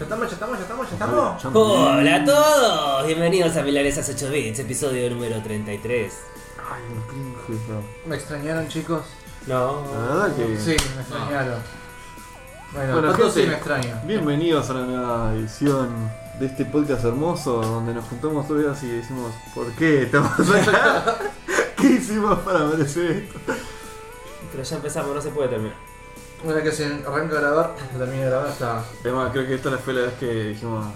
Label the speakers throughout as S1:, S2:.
S1: estamos, ya estamos, ya estamos, ya estamos.
S2: Hola a todos, bienvenidos a Milanesas 8 bits, episodio número 33.
S3: Ay, un cringe, bro.
S1: ¿Me extrañaron, chicos?
S2: No.
S3: La verdad que.
S1: Sí, me extrañaron. Bueno,
S3: Bueno,
S1: Pato sí
S3: gente,
S1: me extraña.
S3: Bienvenidos a la nueva edición de este podcast hermoso donde nos juntamos todos los días y decimos ¿Por qué estamos acá? ¿Qué hicimos para merecer esto?
S2: Pero ya empezamos, no se puede terminar.
S1: Una que se arranca a grabar, termina de grabar, está.
S3: Además, creo que esta fue la vez que dijimos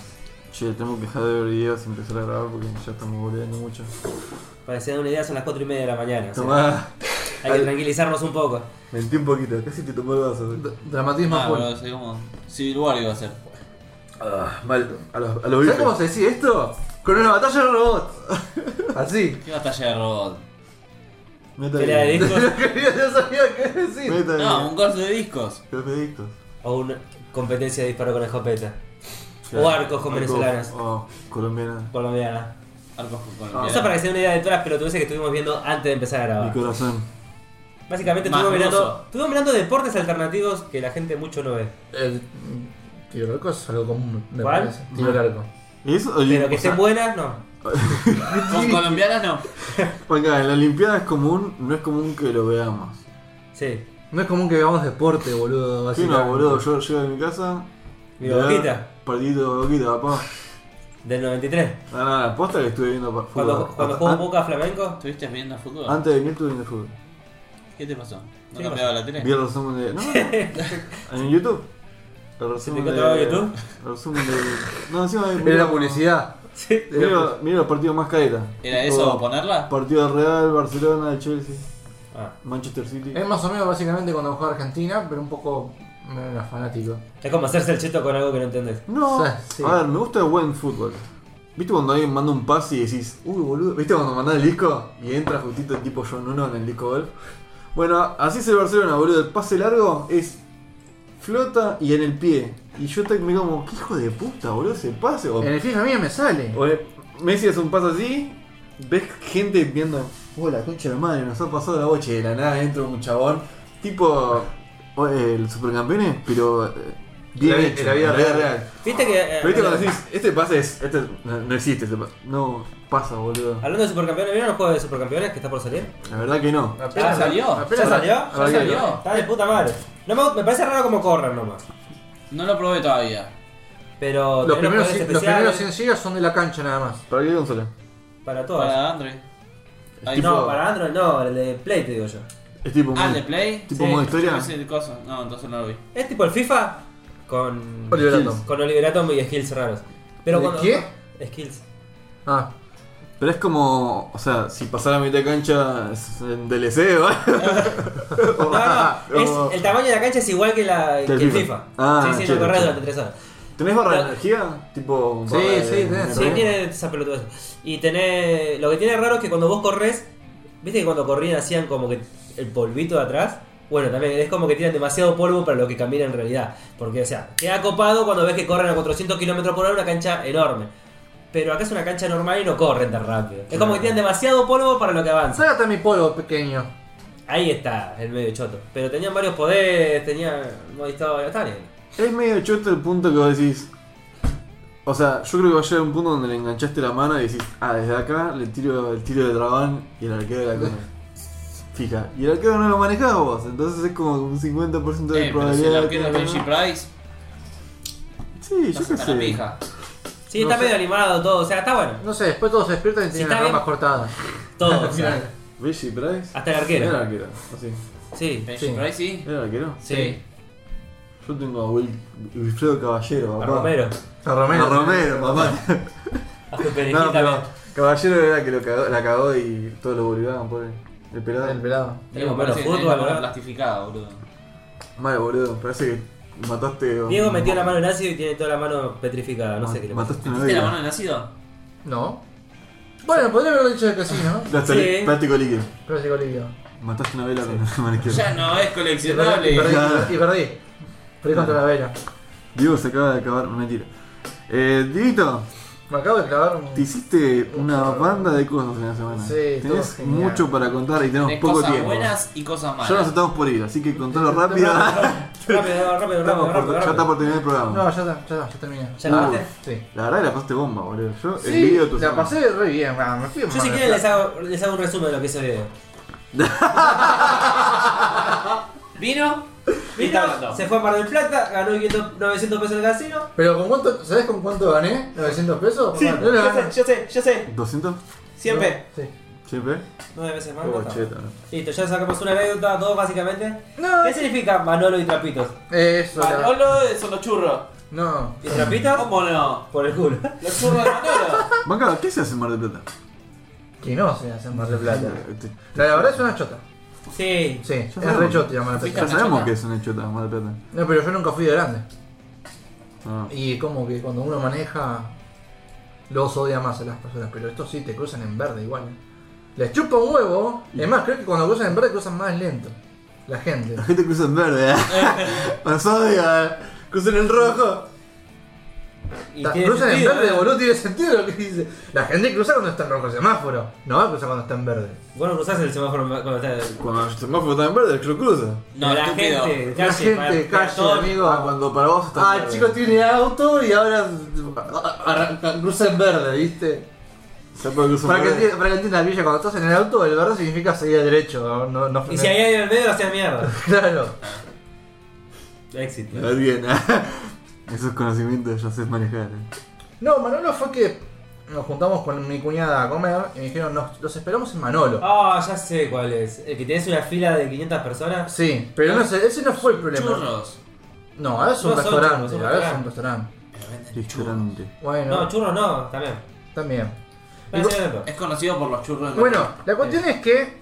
S3: Che, tenemos que dejar de ver videos y empezar a grabar porque ya estamos volviendo mucho.
S2: Para que se den una idea, son las 4 y media de la mañana. o sea,
S3: Tomá,
S2: hay que tranquilizarnos un poco.
S3: mentí un poquito, casi te tomó el vaso.
S1: D- dramatismo
S4: Ah,
S1: full.
S4: boludo, soy como. Civil War iba a ser.
S3: Ah, mal, a los, a los
S1: ¿Sabes
S3: bifes.
S1: cómo se decía esto? Con una batalla de robots. Así.
S4: ¿Qué batalla de robot?
S3: Meta
S2: Pelea
S3: Gear.
S2: de discos
S1: Yo sabía qué decir.
S3: Meta
S4: No,
S3: Gear.
S4: un corte de discos.
S3: Pepe Dictos.
S2: o una competencia de disparo con escopeta. O arcos con venezolanas.
S3: O colombianas.
S2: Colombiana.
S4: Arcos con
S3: Ah.
S4: colombianos.
S2: Eso para que se den una idea de todas las pelotudeces que estuvimos viendo antes de empezar a
S3: Mi
S2: grabar.
S3: corazón.
S2: Básicamente
S4: Más
S2: estuvimos mirando,
S4: grosso.
S2: estuvimos mirando deportes alternativos que la gente mucho no ve.
S1: El tiro al arco es algo común, me
S2: ¿Cuál?
S1: parece. Tiro
S3: Ah.
S1: al arco.
S3: ¿Y eso? Oye,
S2: Pero que
S3: o sea,
S2: estén buenas, no.
S4: Con colombianas no.
S3: Acá, en la Olimpiada es común, no es común que lo veamos.
S2: Sí.
S1: No es común que veamos deporte, boludo.
S3: Sí, no,
S1: básicamente.
S3: boludo, yo llego de mi casa.
S2: Mi
S3: de ver
S2: boquita.
S3: Partidito de boquita, papá.
S2: Del 93.
S3: Nada, nada, la posta que estuve viendo pa- fútbol.
S2: Cuando, cuando
S3: An-
S2: jugó Ah.
S3: an-
S2: Boca a Flamengo.
S4: ¿Estuviste viendo fútbol?
S3: Antes de venir estuve viendo fútbol.
S4: ¿Qué te pasó? ¿No
S2: ¿Qué
S4: cambiaba la tele?
S3: Vi el resumen de. No, no, en YouTube. El resumen
S2: te
S3: de.
S2: encontraba en YouTube?
S3: El resumen de. No, encima.
S1: Era la publicidad.
S2: Sí.
S3: Mira, mira los partidos más careta.
S4: ¿Era
S3: Tipo,
S4: eso ponerla?
S3: Partido de Real, Barcelona, Chelsea,
S2: Ah.
S3: Manchester City.
S1: Es más o menos básicamente cuando juega Argentina, pero un poco menos fanático.
S2: Es como hacerse el cheto con algo que no entendés.
S3: No,
S1: O sea, sí.
S3: a ver, me gusta el buen fútbol. ¿Viste cuando alguien manda un pase y decís, uy boludo? ¿Viste cuando mandás el disco y entra justito el tipo John Nuno en el disco golf? Bueno, así es el Barcelona, boludo. El pase largo es flota y en el pie. Y yo te- me como, ¿qué hijo de puta, boludo? Ese pase. O,
S1: En el FIFA mío me sale.
S3: o, eh, Messi hace un pase así, ves gente viendo, oh la concha de la madre, nos ha pasado la boche de la nada, entra un chabón. Tipo, o, eh, el supercampeones, pero. eh, Bien
S1: La vi-
S3: hecho,
S1: la vida
S3: en la vida
S1: real.
S3: real.
S2: Viste que. eh,
S3: Pero viste cuando
S2: hablando-
S3: decís, este pase es. Este, no, no existe este pase. No, pasa, boludo.
S2: Hablando de supercampeones, ¿vieron el juego de supercampeones que está por salir?
S3: La verdad que no.
S2: ¿Ya
S4: ¿Ya salió?
S2: salió?
S3: Ah,
S4: ¿Ya salió?
S2: Está de puta madre. No me, me parece raro como corran nomás.
S4: No lo probé todavía.
S2: Pero
S1: Los
S2: tenés
S1: primeros,
S2: poderes
S1: los primeros
S2: especiales
S1: 100 gigas son de la cancha nada más.
S3: ¿Para qué consola?
S2: para todas.
S4: Para Android. Ahí
S3: tipo-
S2: No, para Android no, el de Play te digo yo.
S3: Es tipo.
S4: Ah,
S3: un-
S4: ¿el de Play?
S3: tipo
S4: Sí,
S3: modo historia.
S4: yo pensé el coso. No, entonces no lo vi.
S2: Es tipo el FIFA con.
S1: Oliver
S3: Skills.
S1: Atom.
S2: Con Oliveratom y skills raros. Pero
S1: ¿De
S2: cuando-
S1: qué?
S2: Skills.
S1: Ah,
S3: Pero es como. O sea, si pasara a mitad de cancha es en DLC, ¿vale?
S2: No, no,
S3: Oh.
S2: es, el tamaño de la cancha es igual que, la, que el
S3: FIFA.
S2: FIFA.
S3: Ah,
S2: sí, sí,
S3: chévere,
S2: lo corres
S3: chévere.
S2: durante 3 horas.
S3: ¿Tenés barra de
S2: No.
S3: energía? Tipo.
S1: Sí,
S3: barra de-
S1: sí, tenés,
S2: Sí,
S1: ¿no?
S2: tiene esa pelotuda. Y tenés. Lo que tiene raro es que cuando vos corres. ¿Viste que cuando corrían hacían como que el polvito de atrás? Bueno, también es como que tiran demasiado polvo para lo que camina en realidad. Porque, o sea, queda copado cuando ves que corren a 400 kilómetros por hora una cancha enorme. Pero acá es una cancha normal y no corren tan rápido. Es como que tiran demasiado polvo para lo que avanza.
S1: sácate mi polvo pequeño.
S2: Ahí está, el medio choto. Pero tenían varios poderes, tenían. No, estaba, está bien.
S3: Es medio choto el punto que vos decís. O sea, yo creo que va a llegar un punto donde le enganchaste la mano y decís, ah, desde acá le tiro el tiro de dragón y el arquero de la cone. Fija. Y el arquero no lo manejás vos, entonces es como un 50% de
S4: Eh, pero si
S3: probabilidad.
S4: el
S3: de
S4: arquero es
S3: que-
S4: Benji Price,
S3: Sí, yo
S4: estás
S3: qué
S4: hasta la
S3: sé.
S4: pija.
S2: Sí,
S1: No
S2: está
S1: sé.
S2: medio animado todo, o sea, está bueno.
S1: No sé, después todos se despiertan y tienen
S2: está
S1: las ramas
S2: bien.
S1: cortadas.
S2: Todo, o sea,
S3: Benji Price.
S2: Hasta el
S3: Era el
S2: arquero.
S3: arquero, así.
S2: Sí.
S4: Benji
S1: Sí.
S4: Price sí.
S3: Era el arquero.
S2: Sí.
S3: Yo tengo a Wil- Wilfredo Caballero,
S2: A
S3: papá.
S2: Romero.
S1: A
S3: A
S1: Romero.
S3: Romero, papá.
S2: A su
S3: No,
S2: también.
S3: pero Caballero era que lo cagó- la cagó y todos lo burlaban por El pelado.
S1: El pelado.
S2: Diego
S4: Diego
S2: Melo
S4: parece que
S2: fútbol,
S4: tenés la mano
S2: ¿verdad?
S4: plastificada, boludo.
S3: Ah, Mal, boludo. Parece que mataste. a un-
S2: Diego metió la mano en ácido y tiene toda la mano petrificada, no sé qué le pasa.
S3: Mataste una
S4: ¿Viste la mano
S3: vida.
S4: de nacido?
S1: No. Bueno, podría haberlo dicho que sí, ¿no?
S3: La salí-
S2: Sí.
S3: Plástico líquido.
S1: Pero llegó líquido.
S3: Mataste una vela con la mano izquierda.
S4: Ya
S1: Y
S4: no es
S1: perdí. Y
S4: coleccionable.
S1: perdí. y perdí. Perdí contra la vela.
S3: Diego se acaba de acabar. Mentira. Eh, Dieguito,
S1: Me acabo de clavar un.
S3: Te hiciste una banda de cosas en la semana.
S1: Sí, todo
S3: Tenés
S1: genial.
S3: mucho para contar y tenemos
S4: Tenés
S3: poco
S4: cosas
S3: tiempo.
S4: buenas y cosas
S3: Ya nos
S4: malas.
S3: estamos por ir, así que contalo rápido.
S2: Rápido, rápido,
S3: Estamos
S2: rápido,
S3: por-
S2: rápido.
S3: ya está
S2: rápido.
S3: por terminar el programa.
S1: No, ya está, ya está, ya terminé.
S2: ¿Ya acabaste?
S3: Uy.
S1: Sí.
S3: La verdad que la pasaste bomba, boludo. Yo el
S1: Sí,
S3: video de tu
S1: la
S3: semana.
S1: pasé re bien, man, me fui a
S2: Yo si
S1: Mar del
S2: quieren les
S1: Plata.
S2: hago, les hago un resumen de lo que es el video.
S4: Vino y está hablando.
S2: Vino, se fue a Mar del Plata, ganó 500 900 pesos en el casino.
S1: Pero con cuánto, ¿sabes con cuánto gané? ¿900 pesos?
S2: Sí,
S1: Bueno, no le gané.
S2: yo sé, yo sé, yo sé.
S3: 200?
S2: Siempre.
S1: Sí.
S3: ¿Chepe?
S2: Nueve veces más.
S3: Oh,
S2: no está.
S3: cheta, ¿no?
S2: Listo, ya sacamos una anécdota, dos básicamente.
S1: No.
S2: ¿Qué significa Manolo y Trapitos?
S1: Eso. la-
S4: Manolo eh, son los churros.
S1: No.
S2: ¿Y Trapitos?
S4: ¿Cómo no?
S2: Por el culo.
S4: Los churros de Manolo.
S3: Banca, ¿qué se hace en Mar del Plata?
S1: Que no se hace en Mar del Plata.
S3: Este,
S1: La, la verdad es una chota.
S2: Sí.
S1: Sí, es
S3: sabemos.
S1: re chota Mar del
S4: Fuiste
S3: Ya
S1: Plata.
S4: a-
S3: sabemos
S4: chota.
S3: que es una chota en Mar del Plata.
S1: No, pero yo nunca fui de grande.
S3: Ah.
S1: Y como que cuando uno maneja, los odia más a las personas. Pero estos sí te cruzan en verde igual. ¿eh? Les chupa un huevo. Es más, creo que cuando cruzan en verde cruzan más lento. La gente.
S3: La gente cruza en verde, ¿eh? Nos odia, ¿eh? Cruzan en rojo.
S2: Y
S1: Ta-
S2: tiene
S1: cruzan
S2: sentido,
S1: en verde,
S2: ¿eh?
S1: boludo, tiene sentido lo que dice. La gente cruza cuando está en rojo el semáforo. No va a cruzar cuando está en verde.
S2: Vos no cruzás el semáforo cuando está.
S3: Cuando el semáforo está en verde, el que lo cruza.
S4: No,
S2: la
S4: estúpido.
S2: gente,
S1: La gente,
S2: para- para
S1: calle,
S2: todo-
S1: amigo.
S3: Ah, cuando para vos está.
S1: Ah,
S3: en
S1: el
S3: verde.
S1: chico tiene auto y ahora arranca- cruza en verde, ¿viste?
S3: Ya para cruzar
S1: Para que,
S3: en verde.
S1: entiendas- para que entiendas, Villa, cuando estás en el auto, el verde significa seguir derecho, no, no, no
S2: Y si hay alguien en el medio, lo hacía mierda.
S1: Claro.
S2: Éxito.
S4: Ah.
S3: Está bien, ¿eh? Esos conocimientos ya sé manejar. ¿eh?
S1: No, Manolo fue que nos juntamos con mi cuñada a comer y me dijeron, nos, los esperamos en Manolo.
S2: Ah, ya sé cuál es. El que tenés una fila de 500 personas.
S1: Sí, pero no sé, ese no fue el problema.
S4: Churros.
S1: No, ahora es un
S2: No, son
S1: restaurante,
S2: churros, son
S1: ahora es un restaurante.
S4: Pero venden churros.
S3: Restaurante.
S1: Bueno,
S2: No, churros no, también.
S1: también.
S2: Pero sí, adentro.
S4: Es conocido por los churros. de
S1: Bueno,
S4: Manolo.
S1: la cuestión es que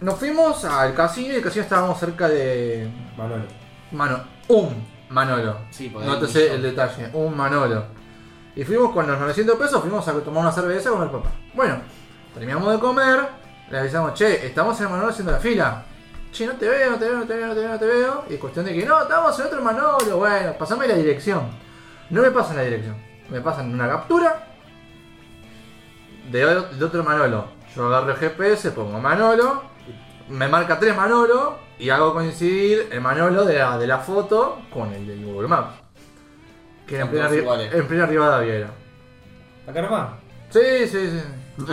S1: nos fuimos al casino y el casino estábamos cerca de
S2: Manolo.
S1: Mano, un Manolo.
S4: Sí, porque
S1: no
S4: hay
S1: te
S4: un
S1: sé
S4: millón.
S1: el detalle, un Manolo. Y fuimos con los 900 pesos, fuimos a tomar una cerveza con el papá. Bueno, terminamos de comer, le avisamos, che, estamos en el Manolo haciendo la fila. Che, no te veo, no te veo, no te veo, no te veo, no te veo. Y es cuestión de que no, estamos en otro Manolo. Bueno, pasame la dirección. No me pasan la dirección, me pasan una captura de, o- de otro Manolo. Yo agarro el GPS, pongo Manolo, me marca tres Manolo y hago coincidir el Manolo de la, de la foto con el de Google Maps. Que era en
S4: Son
S1: plena,
S4: todos
S1: Ri-
S4: iguales.
S1: en plena Rivadavia era.
S2: Acá nomás.
S1: Sí, sí, sí.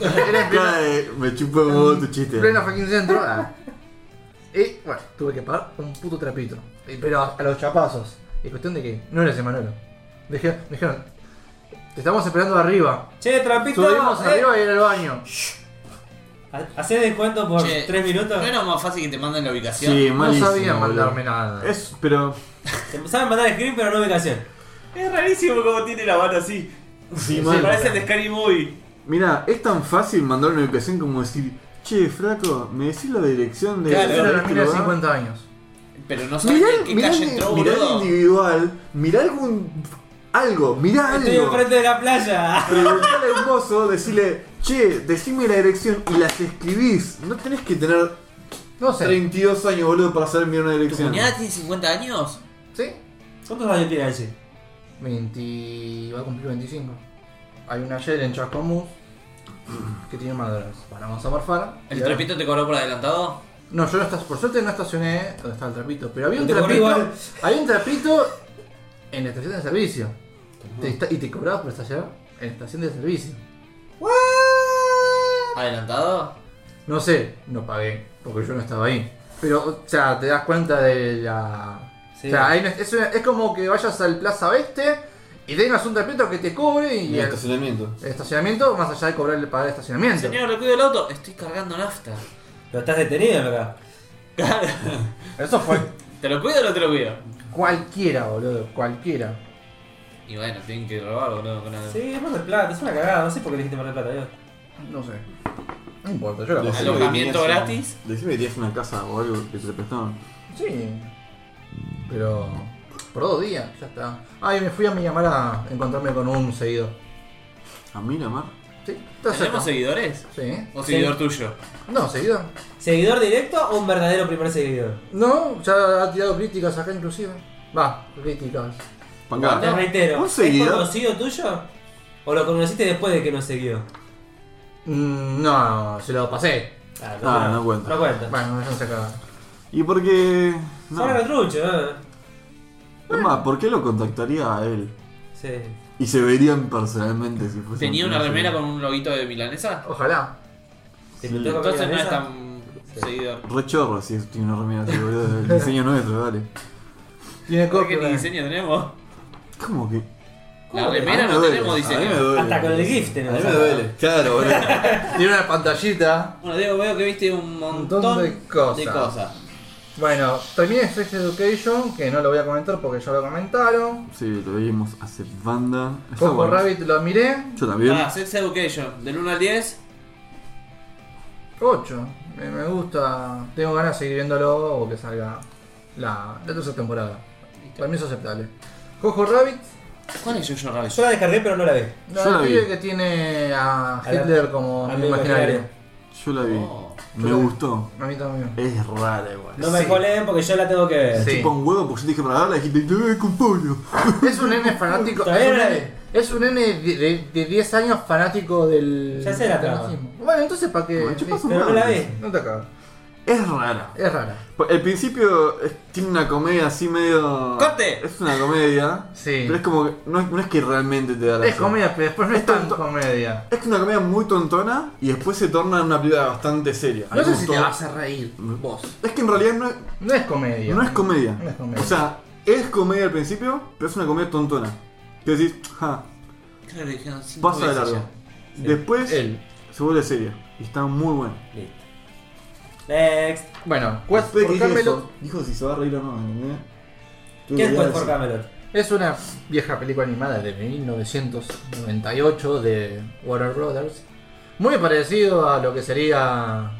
S1: era en plena,
S3: Cara de- Me chupa un huevo tu chiste.
S1: plena fucking centro. Ah. Y bueno, tuve que pagar un puto trapito. Y- Pero a, a los chapazos. Y cuestión de que no era ese Manolo. Dije- me dijeron, te estamos esperando arriba.
S2: Che, trampito.
S1: Subimos
S2: eh.
S1: arriba y era el baño.
S2: Ha- ¿Hacés descuento por
S4: Che,
S2: 3 minutos?
S4: ¿No era más fácil que te manden la ubicación?
S3: Sí,
S1: No
S3: malísimo.
S1: sabían
S3: boludo.
S1: mandarme nada.
S3: Es, pero.
S2: Te Saben mandar el script, pero no ubicación.
S4: Es rarísimo como tiene la mano así.
S3: Sí,
S1: Sí,
S3: mal.
S4: Parece el de Scary Movie.
S3: Mira, es tan fácil mandar una ubicación como decir, che, flaco, ¿me decís la dirección de
S4: Claro,
S3: de
S1: Era una
S3: este
S1: mina de
S3: lugar?"
S1: 50 años.
S4: Pero no sabes
S3: Mirá,
S4: en qué
S3: mirá
S4: calle
S3: el-
S4: entró,
S3: mirá el
S4: boludo.
S3: individual, mirá algún. algo, mirá
S2: Estoy
S3: algo.
S2: enfrente de la playa.
S3: Preguntale al mozo, decirle, che, decime la dirección y las escribís. No tenés que tener
S1: No sé.
S3: 32 años, boludo, para saber mirar una
S4: ¿Tu
S3: dirección.
S4: cuñada tiene 50 años?
S1: ¿Sí?
S2: ¿Cuántos años tiene allí?
S1: 20. va a cumplir 25. Hay una ayer en Chascomús que tiene maderas. Bueno, vamos a morfar.
S4: ¿El
S1: Y ahora-
S4: trapito te cobró por adelantado?
S1: No, yo no estacioné, por suerte no estacioné donde estaba el trapito. Pero había un
S2: Te cobró
S1: trapito.
S2: igual.
S1: Había un trapito en la estación de servicio. Te esta- y te cobrabas por estacionar en la estación de servicio.
S4: ¿Adelantado?
S1: No sé, no pagué, porque yo no estaba ahí. Pero, o sea, te das cuenta de la.
S2: Sí.
S1: O sea, ahí no- es, una- es como que vayas al Plaza Oeste y tengas un tapito que te cobre y el,
S3: estacionamiento.
S1: el estacionamiento, más allá de cobrarle pagar el estacionamiento.
S4: Señor, le cuido el auto. Estoy cargando nafta.
S2: Pero estás detenido acá.
S4: Claro.
S1: Eso fue
S4: ¿Te lo cuido o no te lo cuido?
S1: cualquiera, boludo, cualquiera.
S4: Y bueno, tienen que robar, boludo. Con la...
S2: Sí, es Mar del Plata, es una cagada. No sé por qué le dijiste Mar del Plata, Dios.
S1: No sé. No importa, yo la
S4: Decime.
S1: pagué.
S4: ¿Alojamiento gratis?
S3: Decime que tienes una casa o algo que te prestaron.
S1: Sí. Pero. Por dos días, ya está. Ay, me fui a mi llamada a encontrarme con un seguido.
S3: A mí nada más.
S1: Sí, está cerca.
S4: ¿Tenemos seguidores?
S1: Sí.
S4: ¿O
S2: Sí.
S4: seguidor tuyo?
S1: No, seguido.
S2: ¿Seguidor directo o un verdadero primer seguidor?
S1: No, ya ha tirado críticas acá inclusive. Va, críticas.
S3: Pancada.
S2: Te reitero.
S3: Ah. Un
S2: ¿Es
S3: seguidor.
S2: conocido tuyo? ¿O lo conociste después de que nos siguió?
S1: Mm, No, se lo pasé.
S2: Ah,
S3: Ah, no cuenta.
S2: No cuenta.
S1: Bueno, yo no sé acá.
S3: ¿Y por qué.? No.
S2: Son retrucho, ¿eh?
S3: Es más, ¿por qué lo contactaría a él?
S2: Sí.
S3: Y se verían personalmente si fuese.
S4: Tenía una remera con un loguito de milanesa.
S1: Ojalá.
S2: ¿Te
S3: Sí.
S2: pintó con
S4: Entonces no es
S2: milanesa?
S4: tan seguidor.
S3: Rechorro si es- tiene una remera así, boludo. El diseño nuestro, dale.
S1: Tiene
S4: Porque
S1: copia.
S4: ni diseño tenemos.
S3: ¿Cómo que.?
S4: La
S2: ¿Cómo que
S4: remera
S3: A mí
S4: no
S3: me
S4: tenemos
S3: duele, a mí me
S4: diseño.
S3: duele.
S2: Hasta con el gift tenemos.
S3: A mí me duele. Claro, boludo.
S1: Tiene una pantallita.
S4: Bueno, Diego, veo que viste un montón,
S1: Montón de cosas.
S4: de cosas.
S1: Bueno, terminé Sex Education, que no lo voy a comentar porque ya lo comentaron.
S3: Sí, lo vimos hace banda. Está
S1: Coco
S3: bueno.
S1: Rabbit lo miré.
S3: Yo también.
S4: Ah, Sex Education, del 1 al 10.
S1: 8. Me, me gusta. Tengo ganas de seguir viéndolo o que salga la, la tercera temporada. Para mí es aceptable. Jojo Rabbit.
S4: ¿Cuál es Jojo Rabbit?
S2: Yo la descargué, pero no la vi.
S1: La
S3: Yo la vi.
S1: pibe que tiene a
S2: A la-
S1: Hitler como
S2: a
S1: amigo
S2: mi imaginario.
S1: imaginario.
S3: Yo la vi.
S4: Oh.
S3: Me
S1: Yo la vi.
S3: gustó.
S1: A mí también.
S3: Es rara igual.
S2: No me
S1: Sí.
S2: joleen porque yo la tengo que ver.
S1: Sí.
S3: Chupa un huevo porque yo dije para darle y dijiste, ¡eh, con Pablo!
S1: Es un nene fanático.
S2: Todavía
S1: Es un
S2: no la vi.
S1: nene, es un nene de, de- de 10 años fanático del.
S2: Ya sé la trama.
S1: nazismo. Bueno, entonces para qué.
S3: Bueno, chupas un
S2: Pero no la vi.
S1: No te acabas.
S3: Es rara.
S1: Es rara.
S3: El principio es- tiene una comedia así medio.
S4: ¡Corte!
S3: Es una comedia.
S1: Sí.
S3: Pero es como que. No, es- no es que realmente te da la
S1: Es comedia, pero después no es
S3: Es
S1: tan
S3: tonto.
S1: comedia.
S3: Es una comedia muy tontona y después se torna en una película bastante seria. A
S1: No
S3: mí
S1: sé
S3: me
S1: si te
S3: gustó.
S1: vas a reír vos.
S3: Es que en realidad no es,
S1: No es comedia.
S3: no es comedia.
S1: No es comedia.
S3: O sea, es comedia al principio, pero es una comedia tontona. Que decís, ja,
S4: Creo que dijeron cinco
S3: pasa de
S4: veces
S3: largo.
S4: ya.
S3: Después
S1: Él.
S3: se vuelve seria y está muy bueno.
S2: Listo. Next.
S1: Bueno, Quest
S3: Después
S1: for
S3: que dice
S1: Camelot
S3: eso, Dijo si se va a reír o no, ¿entendés? Yo
S2: ¿Qué es
S3: quería
S2: Quest for
S3: decir-
S2: Camelot?
S1: es una vieja película animada de 1998 de Warner Brothers. Muy parecido a lo que sería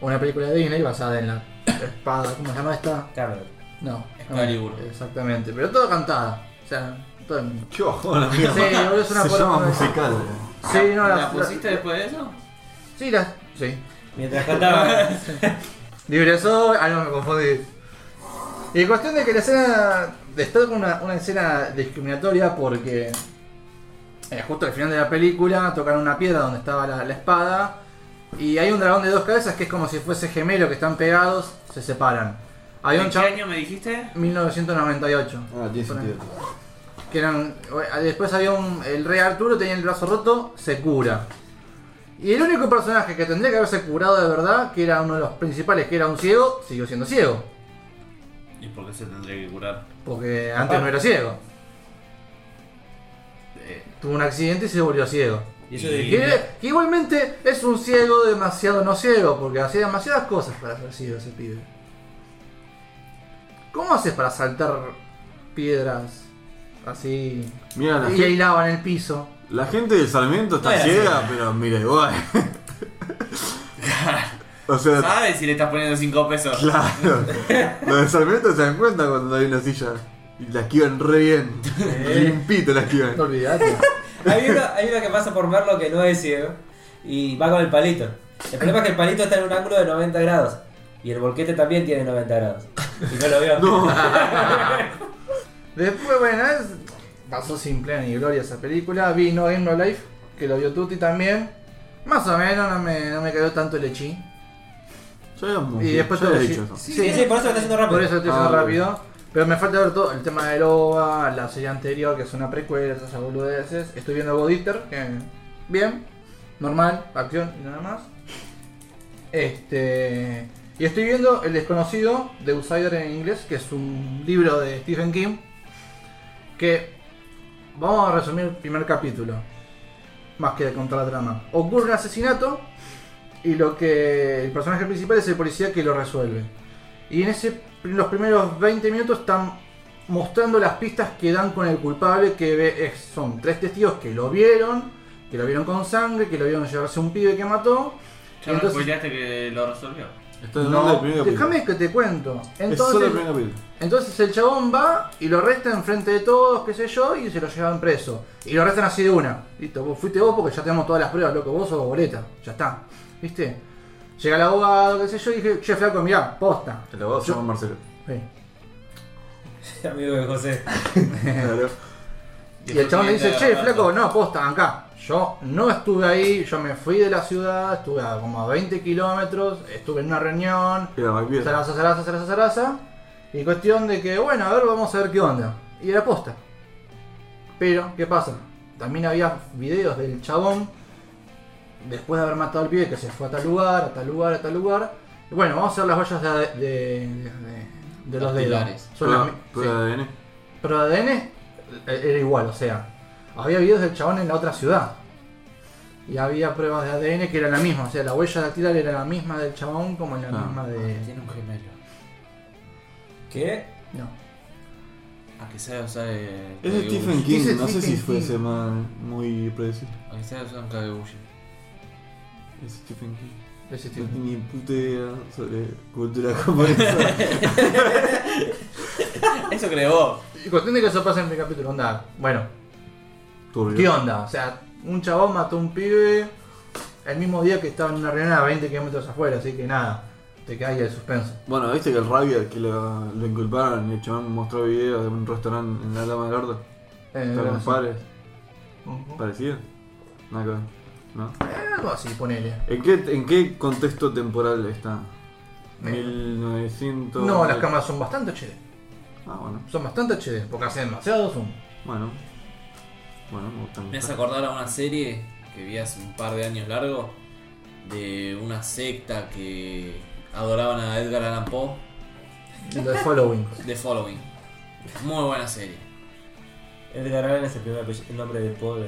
S1: una película de Disney basada en la espada. ¿Cómo se llama esta?
S2: Camelot.
S1: No.
S4: Excalibur.
S1: Exactamente, pero todo cantada. O sea, todo en-
S3: Qué bajón, amigo.
S1: Sí, boludo, es una
S3: Se
S1: forma
S3: llama
S1: de-
S3: musical.
S1: Sí, no,
S4: Ah, ¿La,
S1: las-
S4: pusiste después de eso?
S1: Sí, las. Sí.
S2: Mientras cantaba.
S1: Libre soy, ah no me confundí. Y cuestión de que la escena. destaca una, una escena discriminatoria porque. eh, justo al final de la película tocan una piedra donde estaba la, la espada. Y hay un dragón de dos cabezas que es como si fuese gemelo que están pegados, se separan. Hay un
S4: ¿En qué
S1: chabón.
S4: año me dijiste?
S1: 1998.
S3: Ah, tiene
S1: Por ahí.
S3: sentido.
S1: Que eran. Después había un. El rey Arturo tenía el brazo roto, se cura. Y el único personaje que tendría que haberse curado de verdad, que era uno de los principales, que era un ciego, siguió siendo ciego.
S4: ¿Y por qué se tendría que curar?
S1: Porque antes no era ciego.
S4: Eh,
S1: Tuvo un accidente y se volvió ciego.
S2: Y eso
S4: Y-
S1: Que,
S2: de
S1: que igualmente es un ciego demasiado no ciego, porque hacía demasiadas cosas para ser ciego ese pibe. ¿Cómo haces para saltar piedras así?
S3: Mira, la,
S1: Y
S3: gente,
S1: aislaba en el piso.
S3: la gente del Sarmiento está
S2: No era
S3: ciega,
S2: ciega.
S3: pero mira, igual. o sea,
S4: ¿Sabes si le estás poniendo 5 pesos?
S3: claro. Los de Sarmiento se dan cuenta cuando hay una silla. Y la esquivan re bien. Limpito la esquivan.
S1: No olvidate.
S2: Hay una, hay una que pasa por verlo que no es ciego y va con el palito. El problema es que el palito está en un ángulo de 90 grados y el volquete también tiene 90 grados. Y no lo veo.
S3: No.
S1: Después, bueno, es- pasó sin plan ni gloria esa película. Vi No Game No Life, que lo vio Tuti también. Más o menos, no me, no me cayó tanto el lechín.
S3: Ya habíamos
S1: Y después
S3: ya
S1: todo
S3: había
S1: sí.
S3: dicho eso.
S2: Sí, sí, por eso lo está haciendo rápido.
S1: Por eso lo estoy haciendo
S3: Ah,
S1: rápido. Pero me falta ver todo el tema de Loba, la serie anterior, que es una precuela, esas boludeces. Estoy viendo God Eater, que bien, normal, acción y nada más. Este. Y estoy viendo El desconocido de Outsider en inglés, que es un libro de Stephen King. Que vamos a resumir el primer capítulo, más que contar la trama. Ocurre un asesinato y lo que el personaje principal es el policía que lo resuelve. Y en ese, los primeros 20 minutos están mostrando las pistas que dan con el culpable, que ve- es- son tres testigos que lo vieron, que lo vieron con sangre, que lo vieron llevarse un pibe que mató.
S4: Ya me spoileaste que lo resolvió.
S3: Está en el
S1: No,
S3: primer capítulo.
S1: déjame que te cuento.
S3: Es solo el
S1: Entonces,
S3: primer capítulo.
S1: entonces el chabón va y lo arrestan enfrente de todos, qué sé yo, y se lo llevan preso. Y lo arrestan así de una. Listo, vos fuiste vos porque ya tenemos todas las pruebas, loco, vos sos boleta, ya está. ¿Viste? Llega el abogado, qué sé yo, y dije, che, flaco, mirá, posta.
S3: El abogado se
S1: Yo-
S3: llama Marcelo.
S1: Sí.
S2: Amigo de José.
S3: Claro.
S1: Y el chabón le dice, che,
S4: Definitivamente,
S1: flaco,
S4: Alberto.
S1: no, posta, acá. Yo no estuve ahí, yo me fui de la ciudad, estuve a como a 20 kilómetros, estuve en una reunión,
S3: Era McBeal.
S1: zaraza, zaraza, zaraza, zaraza. Y cuestión de que, bueno, a ver, vamos a ver qué onda. Y era posta. Pero, ¿qué pasa? También había videos del chabón, después de haber matado al pibe, que se fue a tal lugar, a tal lugar, a tal lugar. Y bueno, vamos a hacer las vallas de, de, de- de- de los dedos.
S5: Dactilares.
S1: Son las
S3: Prueba,
S1: mi-
S3: prueba de ADN.
S1: pero ADN eh, era igual, o sea, había videos del chabón en la otra ciudad. Y había pruebas de ADN que eran la misma, o sea, la huella dactilar era la misma del chabón como la
S3: Ah.
S1: misma
S4: Eh,
S1: de...
S5: Tiene un gemelo.
S2: ¿Qué?
S1: No.
S4: A que sea usar el.
S3: Es
S4: Kagebushi.
S3: Stephen King,
S1: Dice
S3: no sé
S1: Stephen
S3: si fue
S1: King.
S3: ese man muy predecible.
S4: A que sea usar un Kagebushi.
S3: Es Stephen King.
S1: Ese tipo.
S3: No tiene ni puta idea sobre cultura japonesa.
S4: Eso creó.
S1: Y cuestión de que eso pasa en mi capítulo, onda. Bueno,
S3: Turbio.
S1: ¿qué onda? O sea, un chabón mató a un pibe el mismo día que estaba en una reunión a 20 kilómetros afuera, así que nada, te cae el suspenso.
S3: Bueno, viste que el Rabia que lo, lo inculparon y el chabón mostró videos de un restaurante en la Lama del Orto.
S1: Eh,
S3: Estaban
S1: bueno,
S3: los
S1: sí.
S3: padres.
S1: Ujú.
S3: ¿Parecido? Nada que ver. ¿No?
S1: Algo así, ponele.
S3: ¿En qué, ¿En qué contexto temporal está?
S1: Eh,
S3: 1900.
S1: No, las cámaras son bastante HD.
S3: Ah, bueno.
S1: Son bastante HD, porque hace demasiado zoom.
S3: Bueno. Bueno, me gusta.
S4: Me hace acordar a una serie que vi hace un par de años largo de una secta que adoraban a Edgar Allan Poe,
S1: Y lo de Following.
S4: The Following. Muy buena serie.
S2: Edgar Allan es el primer apell- el nombre del pobre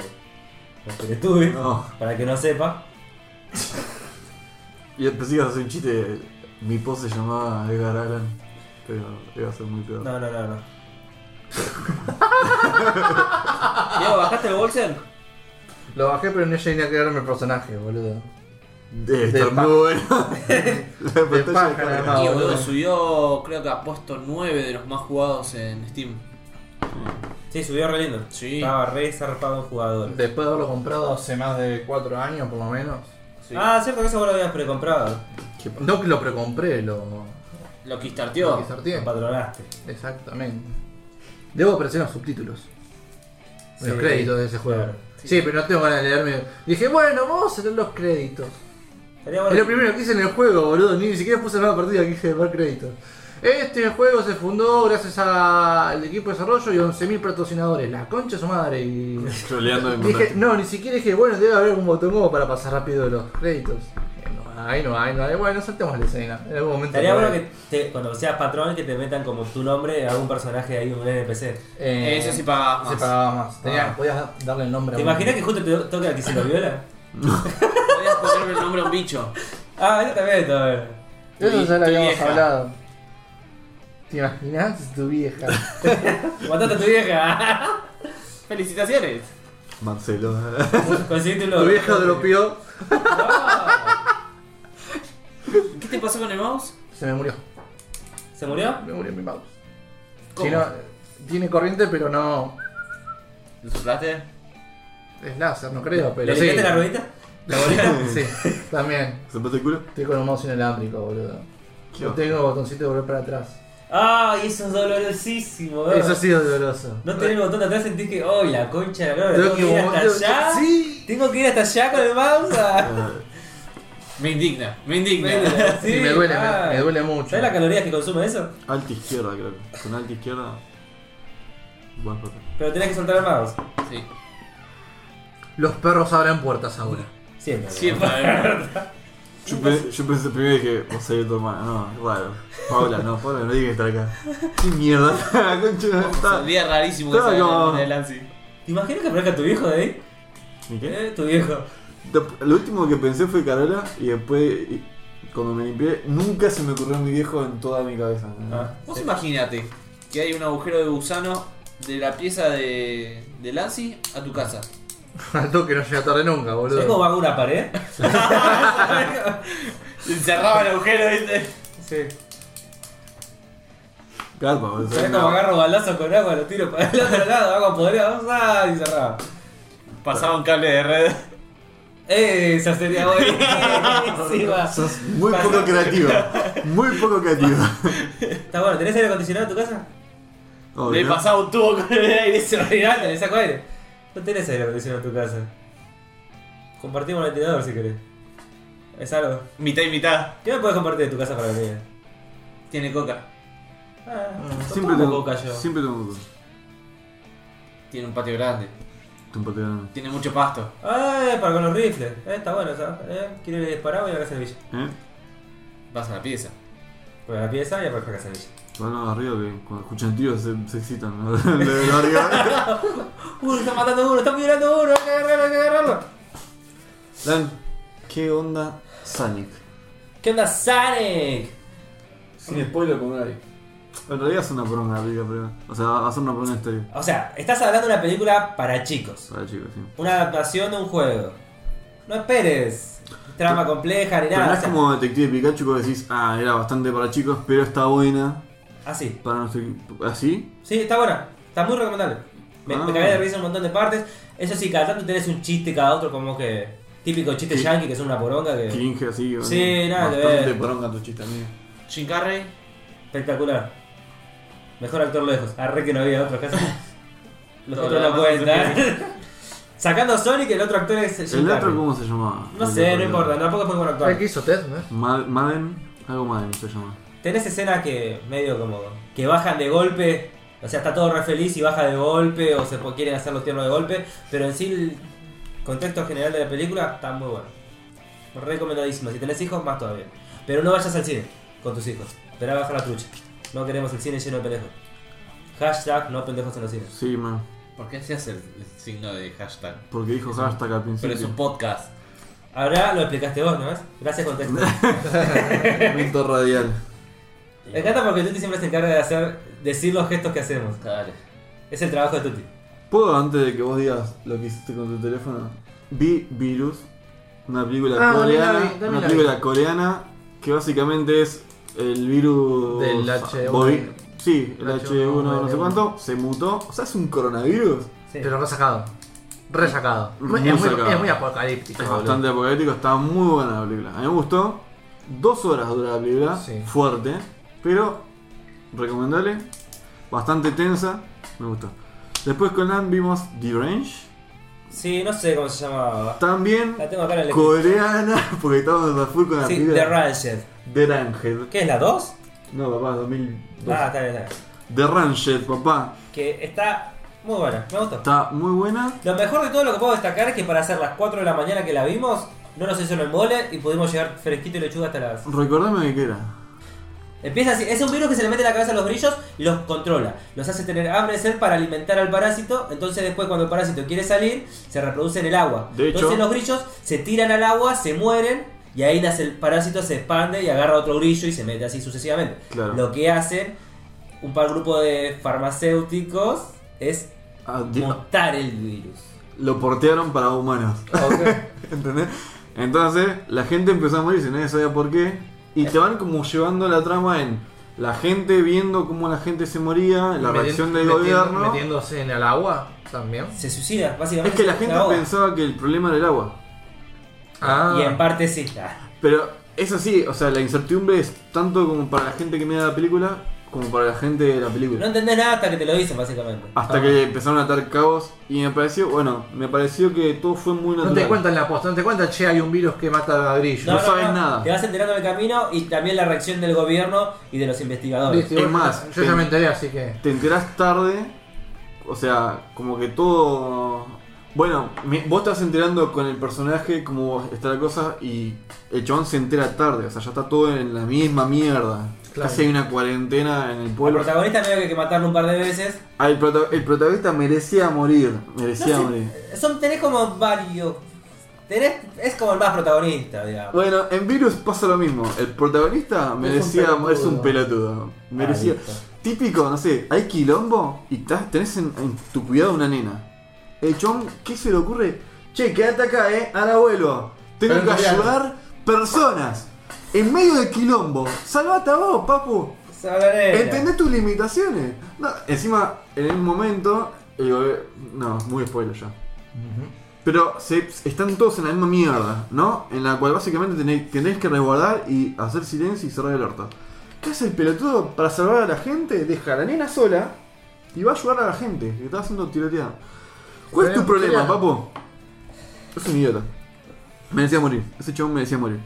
S2: que tuve.
S3: No.
S2: Para el que no sepa,
S3: Y empecé a hacer un chiste. Mi pose se llamaba Edgar Allan. Pero iba a ser muy peor.
S2: no, no, no, no.
S4: Diego, ¿bajaste el Bolsen?
S1: Lo bajé, pero no llegué a crearme el personaje, boludo.
S3: Debe estar
S1: pa-
S3: muy bueno. La
S1: de
S3: pantalla de
S1: pájaro,
S3: carga.
S1: Ah, boludo.
S4: Tío, boludo, subió creo que a puesto 9 de los más jugados en Steam.
S2: Sí, subió re lindo.
S4: Sí.
S1: Ah.
S2: Estaba re zarpado en jugador.
S1: Después de haberlo comprado hace más de 4 años, por lo menos.
S4: Sí.
S2: Ah, cierto que eso vos lo habías precomprado.
S3: Qué pa-
S1: No que lo precompré, lo.
S4: Lo
S1: lo
S4: quistarteó.
S1: quizarteé.
S2: Lo patronaste.
S1: Exactamente. Debo aparecer los subtítulos. En Los
S2: Sí.
S1: créditos de ese juego.
S2: Claro.
S1: Sí. pero no tengo ganas de leerme. Dije, bueno, vamos a leer los créditos.
S2: Estaría
S1: Es
S2: bueno.
S1: lo primero que hice en el juego, boludo. Ni siquiera puse nada partida que dije ver créditos. Este juego se fundó gracias a- al equipo de desarrollo y 11.000 patrocinadores. La concha de su madre. Y...
S3: Troleando en
S1: Dije,
S3: contacto.
S1: no, ni siquiera dije, bueno, debe haber un botón nuevo para pasar rápido los créditos. Eh, No hay, no hay, no hay. Bueno, saltemos la escena. En algún momento.
S2: Estaría
S1: lo
S2: bueno
S1: haré.
S2: que te- cuando seas patrón que te metan como tu nombre a algún personaje ahí, un NPC.
S1: Eh,
S4: Eso sí pagabas
S1: se
S4: más.
S1: pagaba más. Tenía-
S2: Ah.
S1: Podías darle el nombre
S2: ¿Te
S1: a uno.
S2: imaginas que justo te toque al que se lo viola?
S4: Podías ponerle el nombre a un bicho.
S2: Ah, eso también está bueno.
S1: Eso ya lo
S4: Tu
S1: habíamos
S4: vieja.
S1: hablado. ¿Te imaginas tu vieja?
S2: Mataste a tu vieja.
S4: ¡Felicitaciones!
S3: Marcelo.
S2: Conseguiste un
S1: tu
S2: Oh. logro.
S1: vieja dropeó.
S4: ¿Qué te pasó con el mouse?
S1: Se me murió.
S2: ¿Se murió?
S1: Me murió mi mouse.
S4: ¿Cómo?
S1: Si no, tiene corriente, pero no.
S4: ¿Lo soplaste?
S1: Es láser, no creo, pero
S2: ¿Le
S1: sí.
S2: limpiaste la ruedita? ¿La bolita?
S1: Sí, también.
S3: ¿Se el culo?
S1: Estoy con un mouse inalámbrico, boludo.
S3: ¿Qué
S1: No
S3: onda?
S1: tengo botoncito de volver para atrás.
S2: ¡Ay, eso es dolorosísimo! ¿verdad?
S1: Eso ha sido doloroso.
S2: No tenés el botón de atrás, sentís que, ¡ay, la concha de la lora!
S1: Tengo
S2: ¿Tengo que ir hasta
S1: volver-
S2: allá?
S1: Sí.
S2: ¿Tengo que ir hasta allá con el mouse? Ah,
S3: Eh,
S4: Me indigna, me indigna.
S2: sí,
S1: Y me duele, me-
S2: ah.
S1: me, duele mucho.
S2: ¿Sabés las calorías que consume eso?
S3: alta izquierda, creo. Con alta izquierda. Buen papel.
S2: Pero tenés que soltar el mouse.
S4: Sí.
S1: Los perros abren puertas ahora.
S2: Siempre.
S4: Siempre.
S3: Yo, pe- yo pensé primero que vos sabés tu hermana, no, es raro. Paula, no, Paula no tiene que estar acá. ¿Qué mierda? La concha no está.
S4: Un día rarísimo que
S3: Claro,
S4: sale
S3: como-
S4: de Lancy.
S2: ¿Te imaginas que aparezca tu viejo de ahí?
S3: ¿Ni qué?
S2: ¿Eh? Tu viejo.
S3: Lo- Lo último que pensé fue Carola y después y- cuando me limpié, nunca se me ocurrió mi viejo en toda mi cabeza.
S2: Ah.
S4: Vos imagínate que hay un agujero de gusano de la pieza de, de Lancy a tu casa.
S1: Al toque no llega tarde nunca,
S2: ¿Sabés
S1: boludo.
S2: cómo van una pared?
S4: Encerraba el agujero, ¿viste?
S2: Sí.
S3: Calma, boludo.
S2: ¿Sabés cómo agarro balazos con agua, lo tiro para el otro lado, agua podrida, vamos a y cerraba.
S4: Pasaba un cable de red.
S2: ¡Eh! Esa sería buenísima.
S3: Sos muy poco creativa. Muy poco creativa.
S2: Está bueno, ¿tenés aire acondicionado en tu casa?
S3: Obvio, ¿eh?
S4: Le
S3: ¿no?
S4: pasaba un tubo con el aire.
S2: Se olvidaron, le saco aire. No tenés aire acondicionado en tu casa. Compartimos el ventilador si querés. Es algo.
S4: Mitad y mitad.
S2: ¿Qué me puedes compartir de tu casa para la mía?
S4: Tiene coca.
S2: Ah,
S3: Siempre
S2: tomo
S3: tengo,
S2: coca yo.
S3: siempre tengo coca.
S4: Tiene un patio grande.
S3: Tu empate grande.
S4: Tiene mucho pasto.
S2: Ah, para con los rifles. Eh, está bueno, ¿sabes? Eh, quiero ir a disparar, voy a la casa de Villa.
S3: ¿Eh?
S4: Vas a la pieza.
S2: Voy a Pues la pieza y aparezco a casa de Villa.
S3: Van los de arriba que cuando escuchan tiros se, se excitan. ¿no? Los de arriba.
S2: ¡Uh, está matando uno! ¡Está mirando uno! ¡Hay que agarrarlo, hay que agarrarlo!
S3: Dan, ¿qué onda Sonic?
S2: ¿Qué onda, Sonic?
S3: Sin spoiler con nadie. En realidad es una poronga la película, pero. O sea, hacer una poronga historia.
S2: O sea, estás hablando de una película para chicos.
S3: Para chicos, sí.
S2: Una adaptación de un juego. No esperes trama compleja ni
S3: Pero no
S2: nada.
S3: es
S2: o sea,
S3: como Detective Pikachu que decís, ah, era bastante para chicos, pero está buena
S2: Así.
S3: para nuestro equipo. ¿Así?
S2: ah, Sí, está buena. Está muy recomendable. Me,
S3: Ah.
S2: me cagué de risa en un montón de partes. Eso sí, cada tanto tenés un chiste cada otro, como que. Típico chiste
S3: Sí.
S2: yankee que son una poronga que.
S3: Cringe así. bueno,
S2: Sí, nada que
S3: Bastante
S2: ver.
S3: poronga tu chiste, amigo.
S4: Jim Carrey.
S2: Espectacular. Mejor actor lejos. Arre que no había otros casos. Los
S4: Todo
S2: otros
S4: lo
S2: no
S4: demás
S2: cuentan. Sacando a Sonic, el otro actor es. Jim
S3: ¿El otro
S2: Carrey.
S3: cómo se llamaba?
S2: No
S3: El
S2: sé,
S3: otro
S2: no
S3: que-
S2: importa, tampoco es muy buen actor.
S1: ¿Qué hizo Ted? ¿no?
S3: Ma- Madden, algo Madden se llama.
S2: Tenés escenas que medio como. que bajan de golpe. O sea, está todo re feliz y baja de golpe. O se po- quieren hacerlo tierno de golpe. Pero en sí el contexto general de la película está muy bueno. Recomendadísimo. Si tenés hijos, más todavía. Pero no vayas al cine con tus hijos. Verá bajar la trucha. No queremos el cine lleno de pendejos. Hashtag no pendejos en los cines.
S3: Sí, man.
S4: ¿Por qué hacías el, el signo de hashtag?
S3: Porque dijo hashtag al
S4: Pero
S3: principio.
S4: es un podcast.
S2: Ahora lo explicaste vos, ¿no ves? Gracias, contexto.
S3: Momento radial.
S2: Me encanta porque Tuti siempre se encarga de hacer decir los gestos que hacemos.
S4: Dale.
S2: Es el trabajo de Tuti.
S3: ¿Puedo, antes de que vos digas lo que hiciste con tu teléfono? Vi Virus, una película
S1: Ah, dame la
S3: coreana.
S1: vi, dame
S3: una
S1: la
S3: película coreana que básicamente es el virus.
S1: Del H1N1.
S3: bovi- Sí, el
S1: H1N1,
S3: H1, no sé cuánto, se mutó. O sea, es un coronavirus.
S2: Sí.
S1: Pero resacado. Resacado.
S3: Muy
S1: es, muy,
S3: sacado.
S1: es muy apocalíptico.
S3: Es
S1: boludo.
S3: bastante apocalíptico, está muy buena la película. A mí me gustó. Dos horas dura la película,
S1: Sí.
S3: fuerte, pero recomendable. Bastante tensa, me gustó. Después con Nan vimos Deranged.
S2: Sí, no sé cómo se llama.
S3: También
S2: La tengo acá en el
S3: coreana, porque estamos a full con la
S2: Sí, The
S3: película
S2: Ranchet.
S3: Deranged.
S2: ¿Qué es la 2?
S3: No, papá, 2002.
S2: Ah, está bien, está bien.
S3: Deranged, papá.
S2: Que está muy buena, me gustó.
S3: Está muy buena.
S2: Lo mejor de todo lo que puedo destacar es que para hacer las 4 de la mañana que la vimos, no nos hizo el mole y pudimos llegar fresquito y lechuga hasta las.
S3: Recordame de qué era.
S2: Empieza así, es un virus que se le mete en la cabeza a los brillos y los controla. Los hace tener hambre de ser para alimentar al parásito. Entonces, después, cuando el parásito quiere salir, se reproduce en el agua.
S3: De hecho-
S2: entonces, los brillos se tiran al agua, se mueren y ahí nace el parásito, se expande y agarra otro brillo y se mete así sucesivamente.
S3: Claro.
S2: Lo que hacen un par grupo de farmacéuticos es
S3: Ah, di-
S2: mutar el virus.
S3: Lo portearon para humanos. ¿Entendés? Entonces, la gente empezó a morirse, nadie sabía por qué. Y te van como llevando la trama en la gente viendo cómo la gente se moría, la
S1: Meti-
S3: reacción del
S1: meti-
S3: gobierno.
S1: Metiéndose en el agua también.
S2: Se suicida,
S3: Es
S2: básicamente.
S3: que la
S2: se
S3: gente
S2: ahoga.
S3: pensaba que el problema era el agua.
S1: Ah,
S2: Y en parte sí. Ah,
S3: Pero es así, o sea, la incertidumbre es tanto como para la gente que mira la película, como para la gente de la
S2: No
S3: película.
S2: entendés nada hasta que te lo dicen, básicamente.
S3: Hasta que empezaron a atar cabos y me pareció, bueno, me pareció que todo fue muy
S1: no
S3: natural.
S1: te cuentan la posta, no te cuentan, che, hay un virus que mata a grillos.
S3: No sabes nada.
S2: Te vas enterando en el camino y también la reacción del gobierno y de los investigadores.
S1: Listo, igual,
S3: más,
S1: yo ya
S3: ten-
S1: me enteré, así que.
S3: Te enterás tarde, o sea, como que todo... Bueno, me- vos estás enterando con el personaje cómo está la cosa y el chabón se entera tarde, o sea, ya está todo en la misma mierda.
S1: Claro.
S3: Casi hay una cuarentena en el
S2: El
S3: pueblo.
S2: protagonista medio que hay que matarlo un par de veces.
S3: Ah, el, prota- el protagonista merecía morir,
S2: No
S3: merecía
S2: sé,
S3: morir.
S2: son, tenés como varios. Tenés, es como el más protagonista, digamos.
S3: Bueno, en Virus pasa lo mismo. El protagonista merecía
S1: pelotudo.
S3: es un pelotudo. Merecía.
S2: Ah, listo.
S3: Típico, no sé, hay quilombo y ta- tenés en, en tu cuidado una nena. El chon, ¿qué se le ocurre? Che, quédate acá, eh, ahora vuelvo. Tengo
S1: Pero
S3: que
S1: no te
S3: ayudar personas. En medio del quilombo, salvate a vos, papu.
S2: Sabanera.
S3: Entendés tus limitaciones. No, encima, en un momento, el gobe- No, muy spoiler ya. Pero se, están todos en la misma mierda, ¿no? En la cual básicamente tenés, tenés que resguardar y hacer silencio y cerrar el orto. ¿Qué hace el pelotudo para salvar a la gente? Deja a la nena sola Y va a ayudar a la gente que está haciendo tiroteada. ¿Cuál es tu
S1: Tenemos
S3: problema,
S1: que-
S3: papo? Es un idiota. Me decía morir. Ese chabón me decía morir.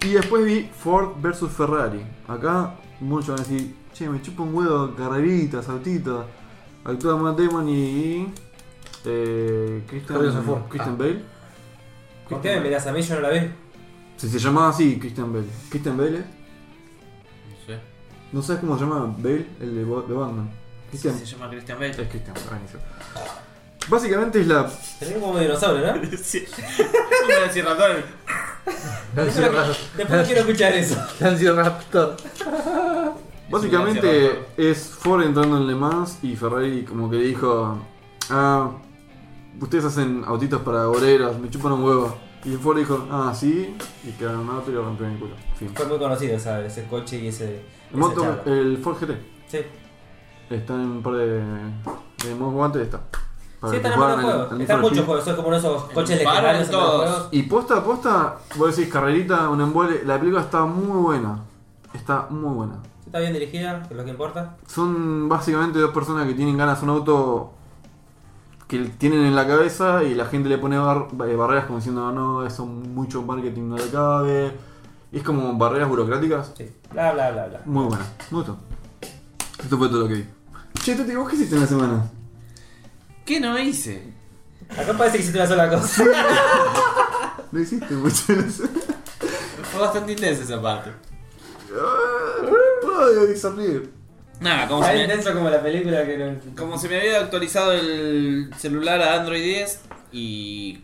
S3: Y después vi Ford versus Ferrari. Acá muchos van a decir, che, me chupa un huevo, carreritas, autitos. Actúa Matt Damon y... Eh,
S1: Harrison
S3: Christian,
S1: Ford.
S3: Christian
S1: Ah.
S3: Bale.
S2: ¿Por qué me miras a mí? Yo no la veo.
S3: Si se llamaba así, Christian Bale. Christian Bale, ¿eh?
S4: No sé.
S3: ¿no sabes cómo se llama Bale? El de, Bo- de Batman. Christian.
S4: Se llama Christian
S3: Es
S4: Bale.
S3: Christian, buenísimo. Básicamente es la
S2: Tenés como dinosaurio, ¿no?
S4: Sí. Un velociraptor.
S2: Después no quiero escuchar eso.
S1: Raptor.
S4: Es un
S3: Básicamente
S4: gran
S3: es Ford entrando en Le Mans y Ferrari como que le dijo, ah, ustedes hacen autitos para obreros, me chupan un huevo. Y Ford dijo, ah, sí, y quedaron un auto y lo rompieron el culo. Fin.
S2: Fue muy conocido, ¿sabes? Ese coche y ese.
S3: El,
S2: esa
S3: moto- eh,
S2: charla.
S3: el Ford GT
S2: Sí.
S3: está en un par de, de más guantes y está. Para
S2: Sí,
S3: que
S2: están en
S3: jueguen
S2: buenos
S3: al-
S2: juegos.
S3: al
S2: Están
S3: Need for
S2: muchos
S3: Speed.
S2: juegos. Son como uno de esos coches
S4: par,
S2: legendarios.
S4: en
S2: en los
S4: todos.
S2: juegos.
S3: Y posta a posta, vos decís carrerita, un embole, la película está muy buena. Está muy buena.
S2: Está bien dirigida, que es lo que importa.
S3: Son básicamente dos personas que tienen ganas de un auto que tienen en la cabeza y la gente le pone bar- eh, barreras como diciendo, no, eso mucho marketing no le cabe. Y es como barreras burocráticas.
S2: Sí. Bla, bla, bla, bla.
S3: Muy buena, me gustó. Esto fue todo lo que vi. Che, Toti, ¿vos qué hiciste en la semana?
S4: ¿Qué no hice?
S2: Acá parece que hiciste una sola cosa.
S3: No hiciste mucho en la semana.
S4: Fue bastante intensa esa parte.
S3: Puedo discernir.
S4: Nada, como
S2: Tan
S4: se me,
S2: intenso como la película que no.
S4: como se me había actualizado el celular a Android 10 y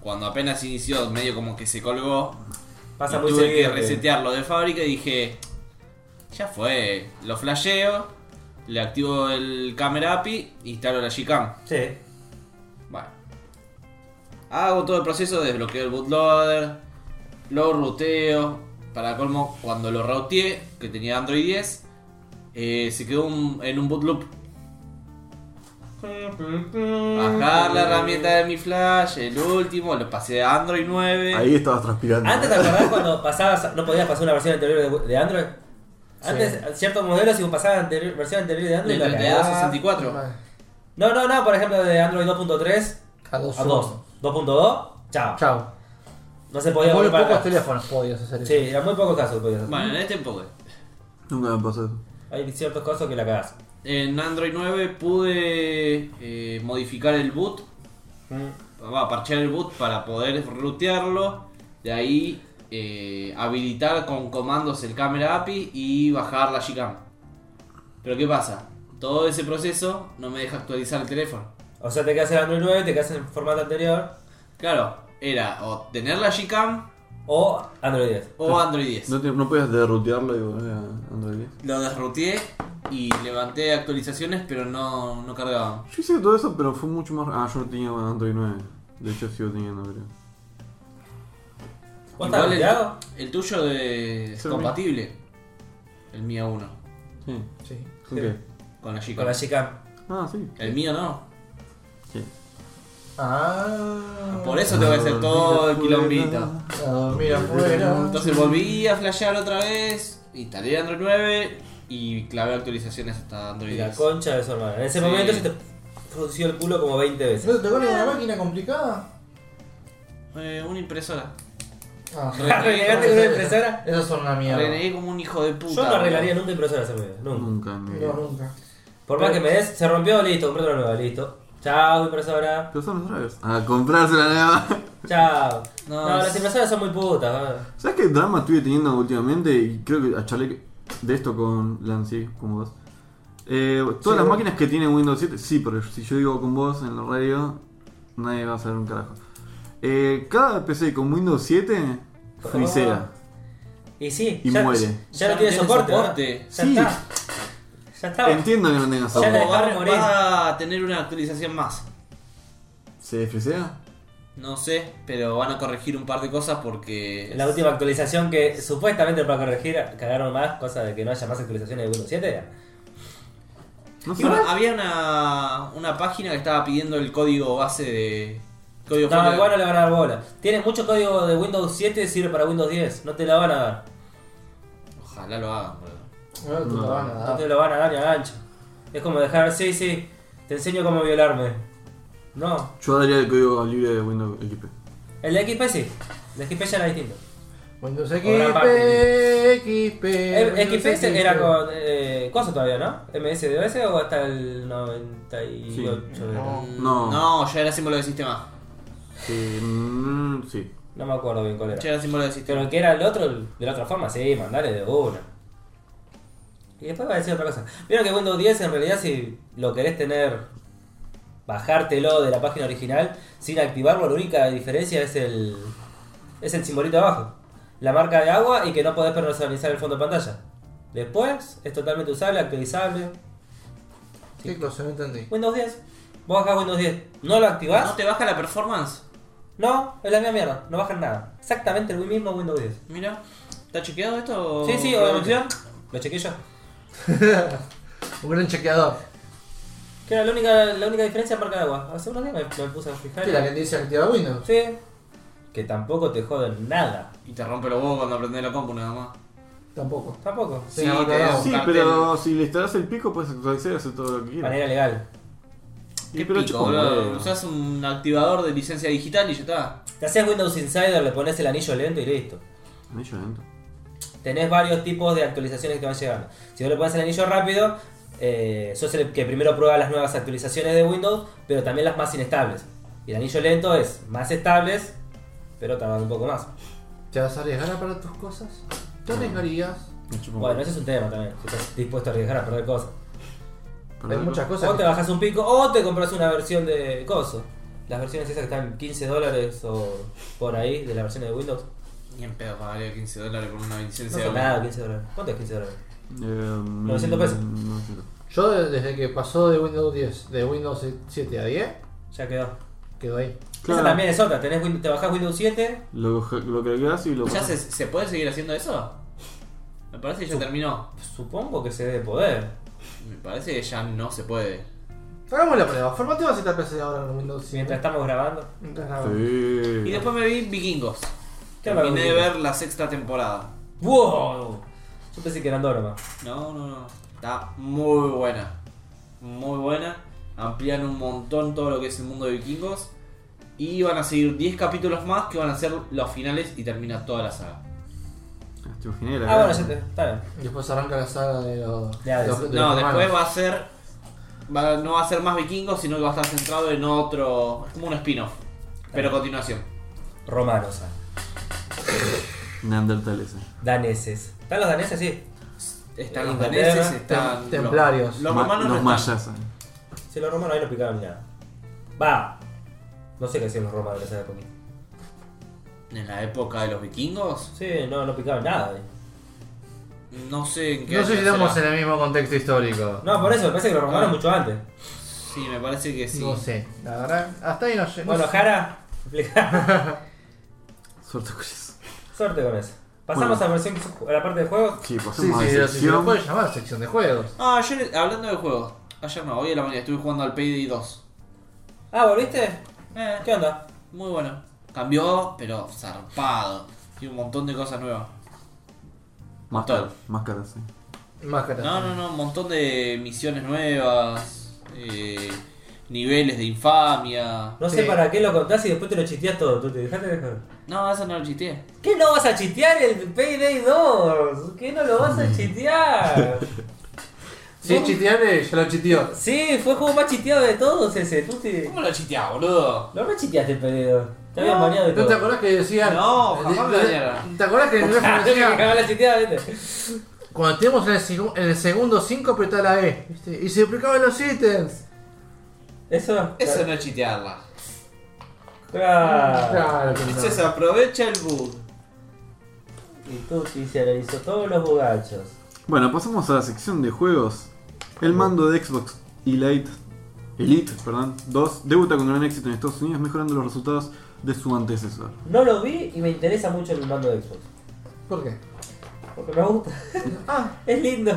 S4: cuando apenas inició medio como que se colgó,
S2: Pasa
S4: y
S2: muy
S4: tuve
S2: seguido.
S4: que
S2: que-
S4: resetearlo de fábrica y dije, ya fue, lo flasheo, le activo el Camera API y instalo la Gcam.
S2: Sí.
S4: Vale. Hago todo el proceso, desbloqueo el bootloader, lo routeo. Para colmo, cuando lo routeé, que tenía Android 10, eh, se quedó un- en un boot loop. Bajar la herramienta de mi flash, el último, lo pasé a Android 9.
S3: Ahí estabas transpirando. ¿eh?
S2: Antes te acordás cuando pasabas, no podías pasar una versión anterior de, de Android. Antes, ciertos modelos, si pasabas anterior, versión anterior de Android,
S4: De
S2: la
S4: 32 a
S2: cagabas.
S4: 64.
S2: No, no, no, por ejemplo, de Android 2.3
S1: A dos.
S2: a 2. 2.2, chao.
S1: Chao.
S2: No se podía
S1: Muy
S2: volver para
S1: pocos
S2: atrás.
S1: teléfonos podías hacer
S2: Sí,
S1: eso.
S2: eran muy pocos casos que podías hacer.
S4: Bueno, en este poco.
S3: Nunca me pasó eso.
S2: Hay ciertos casos que la cagás.
S4: En Android 9 pude eh, modificar el boot
S3: Mm.
S4: va a parchear el boot para poder rootearlo. De ahí eh, habilitar con comandos el Camera API y bajar la Gcam. Pero ¿qué pasa? Todo ese proceso no me deja actualizar el teléfono.
S2: O sea, te quedas en Android 9, te quedas en formato anterior
S4: Claro, era o tener la Gcam
S2: o Android 10.
S4: o Android 10.
S3: No, te- no podías derrutearlo y volver a Android 10.
S4: Lo desruteé y levanté actualizaciones, pero no, no cargaban.
S3: Yo hice todo eso, pero fue mucho más. Ah, yo no tenía Android 9. De hecho, sigo teniendo, creo.
S2: ¿Vos estás
S4: Igual el,
S2: bloqueado?
S4: el tuyo de- es
S3: Sí.
S4: compatible. El mío 1
S3: Sí.
S1: Sí.
S3: ¿Con
S2: Sí.
S3: qué?
S4: con la
S2: Con
S4: Gcam.
S2: la chica.
S3: Ah, sí.
S4: El mío no.
S3: Sí.
S1: Ah.
S4: Por eso tengo que hacer todo el
S3: Dormir afuera.
S4: quilombito.
S1: Ah, mira afuera.
S4: Entonces volví a flashear otra vez, instalé Android 9 y clavé actualizaciones hasta Android
S2: Y la
S4: 10.
S2: concha de su hermana. En ese
S4: Sí.
S2: momento se te produció el culo como 20 veces.
S1: ¿No te tocó ninguna máquina complicada?
S4: Eh, una impresora.
S1: Ah,
S2: ¿Renegaste con una impresora?
S1: Esas son una mierda.
S4: Renegué como un hijo de puta. Mm.
S2: Yo no arreglaría
S4: boludo.
S2: nunca impresora hacerme vida, nunca.
S3: Nunca en mi vida.
S1: No, nunca.
S2: Por más que me des, se rompió, listo, compré otra nueva, listo. Chao, impresora.
S3: Pero son los drivers. A comprarse la nueva.
S2: Chao.
S4: No,
S2: No,
S4: es-
S2: las impresoras son muy putas. va.
S3: ¿Sabes qué drama estuve teniendo últimamente? Y creo que charlé de esto con Lancy, con vos. Eh, todas las máquinas que tienen Windows 7, sí, pero si yo digo con vos en la radio, nadie va a saber un carajo. Eh, cada PC con Windows 7 frisea.
S2: Y sí,
S3: Y
S2: ya,
S3: muere.
S2: ya no tiene soporte. ¿verdad?
S4: soporte.
S2: Ya
S3: Sí.
S2: está. Ya está.
S3: Entiendo que no tengas
S2: Ya
S4: Como
S2: la
S3: soporte.
S4: va,
S2: dejaron morir.
S4: va a tener una actualización más.
S3: ¿Se frisea?
S4: No sé, pero van a corregir un par de cosas porque.
S2: La última actualización que supuestamente para corregir cagaron más, cosa de que no haya más actualizaciones de Windows 7.
S3: No sé.
S4: Igual había una, una página que estaba pidiendo el código base de. Código fuente
S2: No,
S4: de-
S2: igual no le van a dar bola. Tiene mucho código de Windows 7 sirve para Windows 10. No te la van a dar.
S4: Ojalá lo hagan, boludo.
S1: No, tú te
S3: No.
S1: van a
S2: No
S1: dar.
S2: te lo van a dar ni a gancho. Es como dejar, sí, sí, te enseño cómo violarme. No,
S3: Yo daría el código libre de Windows XP.
S2: el de XP sí, el de XP ya era distinto.
S1: Windows
S2: Otra
S1: XP,
S2: parte. Eh,
S1: XP.
S2: El-
S1: Windows
S2: XP se- era con eh, cosa todavía, ¿no? MS-DOS o hasta el 98.
S1: No.
S2: Mm,
S3: No.
S4: No, ya era símbolo del sistema.
S3: Sí. mm, sí.
S2: No me acuerdo bien cuál era.
S4: Ya era símbolo del sistema.
S2: Pero el que era el otro, el- de la otra forma, sí, mandale de una. Y después va a decir otra cosa. Vieron que Windows 10 en realidad si lo querés tener, bajártelo de la página original sin activarlo, la única diferencia es el, es el simbolito abajo. La marca de agua y que no podés personalizar el fondo de pantalla. Después es totalmente usable, actualizable.
S1: ¿Qué cosa? No entendí.
S2: Windows 10. Vos bajás Windows 10. ¿No lo
S4: ¿No
S2: activás?
S4: te baja la performance?
S2: No, es la misma mierda. No bajan nada. Exactamente el mismo Windows 10.
S4: Mira. ¿Está chequeado esto?
S2: Sí, sí,
S4: obviamente.
S2: obviamente. Lo chequeé yo.
S1: Un gran chequeador.
S2: Que era la única, la única diferencia marca de agua. Hace unos días me, me puse a fijar.
S1: Sí, la que dice activa Windows.
S2: Sí. Que tampoco te joden nada.
S4: Y te rompe los huevos cuando aprendes la compu nada más.
S1: Tampoco.
S2: Tampoco.
S1: Sí,
S4: Sí,
S1: no,
S4: te-
S1: no.
S3: Sí,
S4: cartel.
S3: pero si le instalas el pico, puedes actualizar y hacer todo lo que quieras.
S2: Manera legal.
S3: Y
S4: Qué
S3: pero
S4: pico,
S3: chupa un
S4: boludo.
S3: huevo.
S4: Usás un activador de licencia digital y ya está.
S2: Te haces Windows Insider, le pones el anillo lento y listo.
S3: Anillo lento.
S2: Tenés varios tipos de actualizaciones que van llegando. Si vos le pones el anillo rápido, eh, sos el que primero prueba las nuevas actualizaciones de Windows, pero también las más inestables. Y el anillo lento es más estables, pero tardan un poco más.
S1: ¿Te vas a arriesgar a parar tus cosas? ¿Te arriesgarías?
S3: Me chupa un
S2: Bueno,
S3: huevo.
S2: ese es un tema también. Si estás dispuesto a arriesgar a perder cosas.
S3: Pero
S1: Hay
S3: no-
S1: muchas
S2: O
S1: cosas.
S2: te bajas un pico o te compras una versión de coso. Las versiones esas que están 15 dólares o por ahí de la versión de Windows.
S4: Ni en pedo pagaría 15 dólares por una
S2: No
S4: licencia
S2: son
S4: de
S2: nada 15 dólares. ¿Cuánto es 15 dólares?
S3: Eh, mm,
S2: 900 pesos.
S3: 900.
S1: Yo de- desde que pasó de Windows 10, de Windows 7 a 10,
S2: Ya quedó.
S1: quedó ahí.
S3: Claro.
S2: Esa también es otra. Tenés Win- te bajás Windows 7.
S3: Lo, lo creas y lo.
S4: ¿Ya se, se puede seguir haciendo eso? Me parece que ya terminó.
S2: Supongo que se debe poder.
S4: Me parece que ya no se puede.
S1: Hagamos la prueba. Formateamos esta PC ahora en Windows 7.
S2: Mientras estamos grabando.
S1: Mientras nada.
S3: Sí.
S4: Y después me vi Vikingos.
S2: ¿Qué habla
S4: Terminé de
S2: Vikingos?
S4: ver la sexta temporada.
S2: ¡Wow! Yo pensé que eran dos nomás.
S4: No, no, no. Está muy buena. Muy buena. Amplían un montón todo lo que es el mundo de vikingos. Y van a seguir 10 capítulos más que van a ser los finales y termina toda la saga.
S3: Te imaginé la
S2: Ah, bueno,
S3: cara.
S2: ya te. Está bien.
S1: Después arranca la saga de los.
S2: Ya,
S1: de los-
S2: des-
S1: de los
S4: No,
S1: hermanos.
S4: después va a ser. va- no va a ser más vikingos, sino que va a estar centrado en otro. Es como un spin-off. Pero continuación.
S2: Romanos. ah.
S3: Neandertal ese.
S2: Daneses. ¿Están los daneses? Sí.
S4: Están los
S2: Inglaterra,
S4: daneses, están.
S1: tem- templarios.
S4: Los, los
S3: Ma-
S4: romanos
S3: Los
S4: no están.
S3: mayas. eh.
S2: Si los romanos ahí no picaban ni nada. Va. No sé qué hacían los romanos en esa época.
S4: En la época de los vikingos,
S2: Sí, no, no picaban nada. eh.
S4: no sé en qué.
S1: No sé si
S4: año
S1: estamos en
S4: será.
S1: el mismo contexto histórico.
S2: No, por eso, me parece que los romanos
S4: Ah.
S2: mucho antes.
S4: Sí, me parece que sí.
S1: No sé. La verdad, hasta ahí no sé.
S2: Bueno, Jara, explica.
S3: Suerte con eso.
S2: Suerte con eso. Pasamos
S3: Bueno.
S2: a, la versión, a la parte de juegos.
S3: Sí, pues,
S1: Sí,
S3: pasamos
S1: sí,
S3: a
S1: sí,
S3: la
S1: sí, se lo
S3: sección.
S1: puede llamar sección de juegos.
S4: Ah, ayer, hablando de juegos. Ayer no, hoy a la mañana estuve jugando al Payday 2.
S2: Ah, ¿volviste?
S4: Eh,
S2: ¿Qué onda?
S4: muy bueno. Cambió, pero zarpado. Y un montón de cosas nuevas.
S3: Más
S4: Total.
S3: caras, más caras, sí.
S1: Máscara.
S4: No, no, no, un montón de misiones nuevas. eh, niveles de infamia.
S2: No
S1: Sí.
S2: sé para qué lo contás y después te lo chisteas todo. Tú te dejaste de joder.
S4: No, eso no lo chité.
S2: ¿Qué no vas a chistear el Payday 2? ¿Qué no lo vas a chistear?
S1: Si es chiteable, ya lo chiteó.
S2: Sí, fue el juego más chisteado de todos ese, Tuti.
S4: ¿Cómo lo chitea, boludo?
S2: Lo rechisteaste el Payday 2. Te habías baneado de
S1: ¿No
S2: todo.
S1: te acordás que decían?
S4: No, jamás
S1: de- de-
S4: lo haría.
S1: ¿Te acordás que el teléfono
S2: Tenés que
S1: decía?
S2: cagar Ah, la chisteada, ¿viste?
S1: Cuando estemos en el, segu- en el segundo 5 apretá la E. ¿viste? Y se duplicaban los ítems.
S2: Eso.
S4: Eso no es chitearla.
S2: Claro.
S1: Claro que
S4: Eso se
S1: no.
S4: aprovecha el bug.
S2: Y Tuti se analizó todos los bugachos.
S3: Bueno, pasamos a la sección de juegos. El mando de Xbox Elite, Elite perdón, 2 debuta con gran éxito en Estados Unidos, mejorando los resultados de su antecesor.
S2: No lo vi y me interesa mucho el mando de Xbox.
S1: ¿Por qué?
S2: Porque me gusta.
S1: Ah,
S2: es lindo.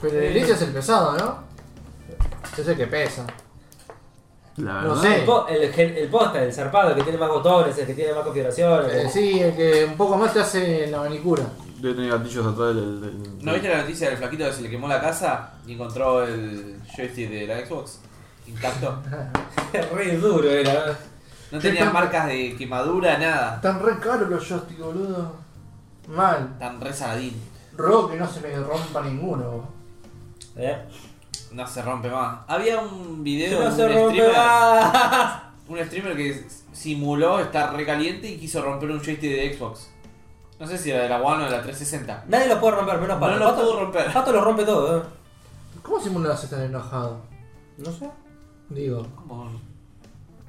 S1: pero el Elite es el pesado, ¿no? Es el que pesa.
S3: La verdad.
S1: No sé.
S2: El, po- el, gen- el posta, el zarpado, el que tiene más botones, el que tiene más configuraciones.
S1: Eh, sí, el que un poco más te hace la manicura.
S3: Debe tener gatillos atrás del. del- del-
S4: ¿No viste la noticia del flaquito que se le quemó la casa y encontró el joystick de la Xbox intacto?
S2: Es re duro, era.
S4: No tenía marcas de quemadura, nada.
S1: Están re caros los joysticks, boludo. Mal.
S4: Tan re saladín.
S1: Robo que no se me rompa ninguno.
S2: ¿Eh?
S4: No se rompe más. Había un video
S2: No
S4: de
S2: se
S4: un
S2: rompe
S4: streamer,
S2: más.
S4: un streamer que simuló estar recaliente y quiso romper un joystick de Xbox. No sé si era de la One o de la 360.
S2: Nadie lo puede romper, menos
S4: No
S2: Pato.
S4: lo
S2: Pato-
S4: pudo romper.
S2: Pato lo rompe todo, ¿eh?
S1: ¿Cómo simulas estar enojado?
S2: No sé.
S1: Digo,
S4: ¿Cómo?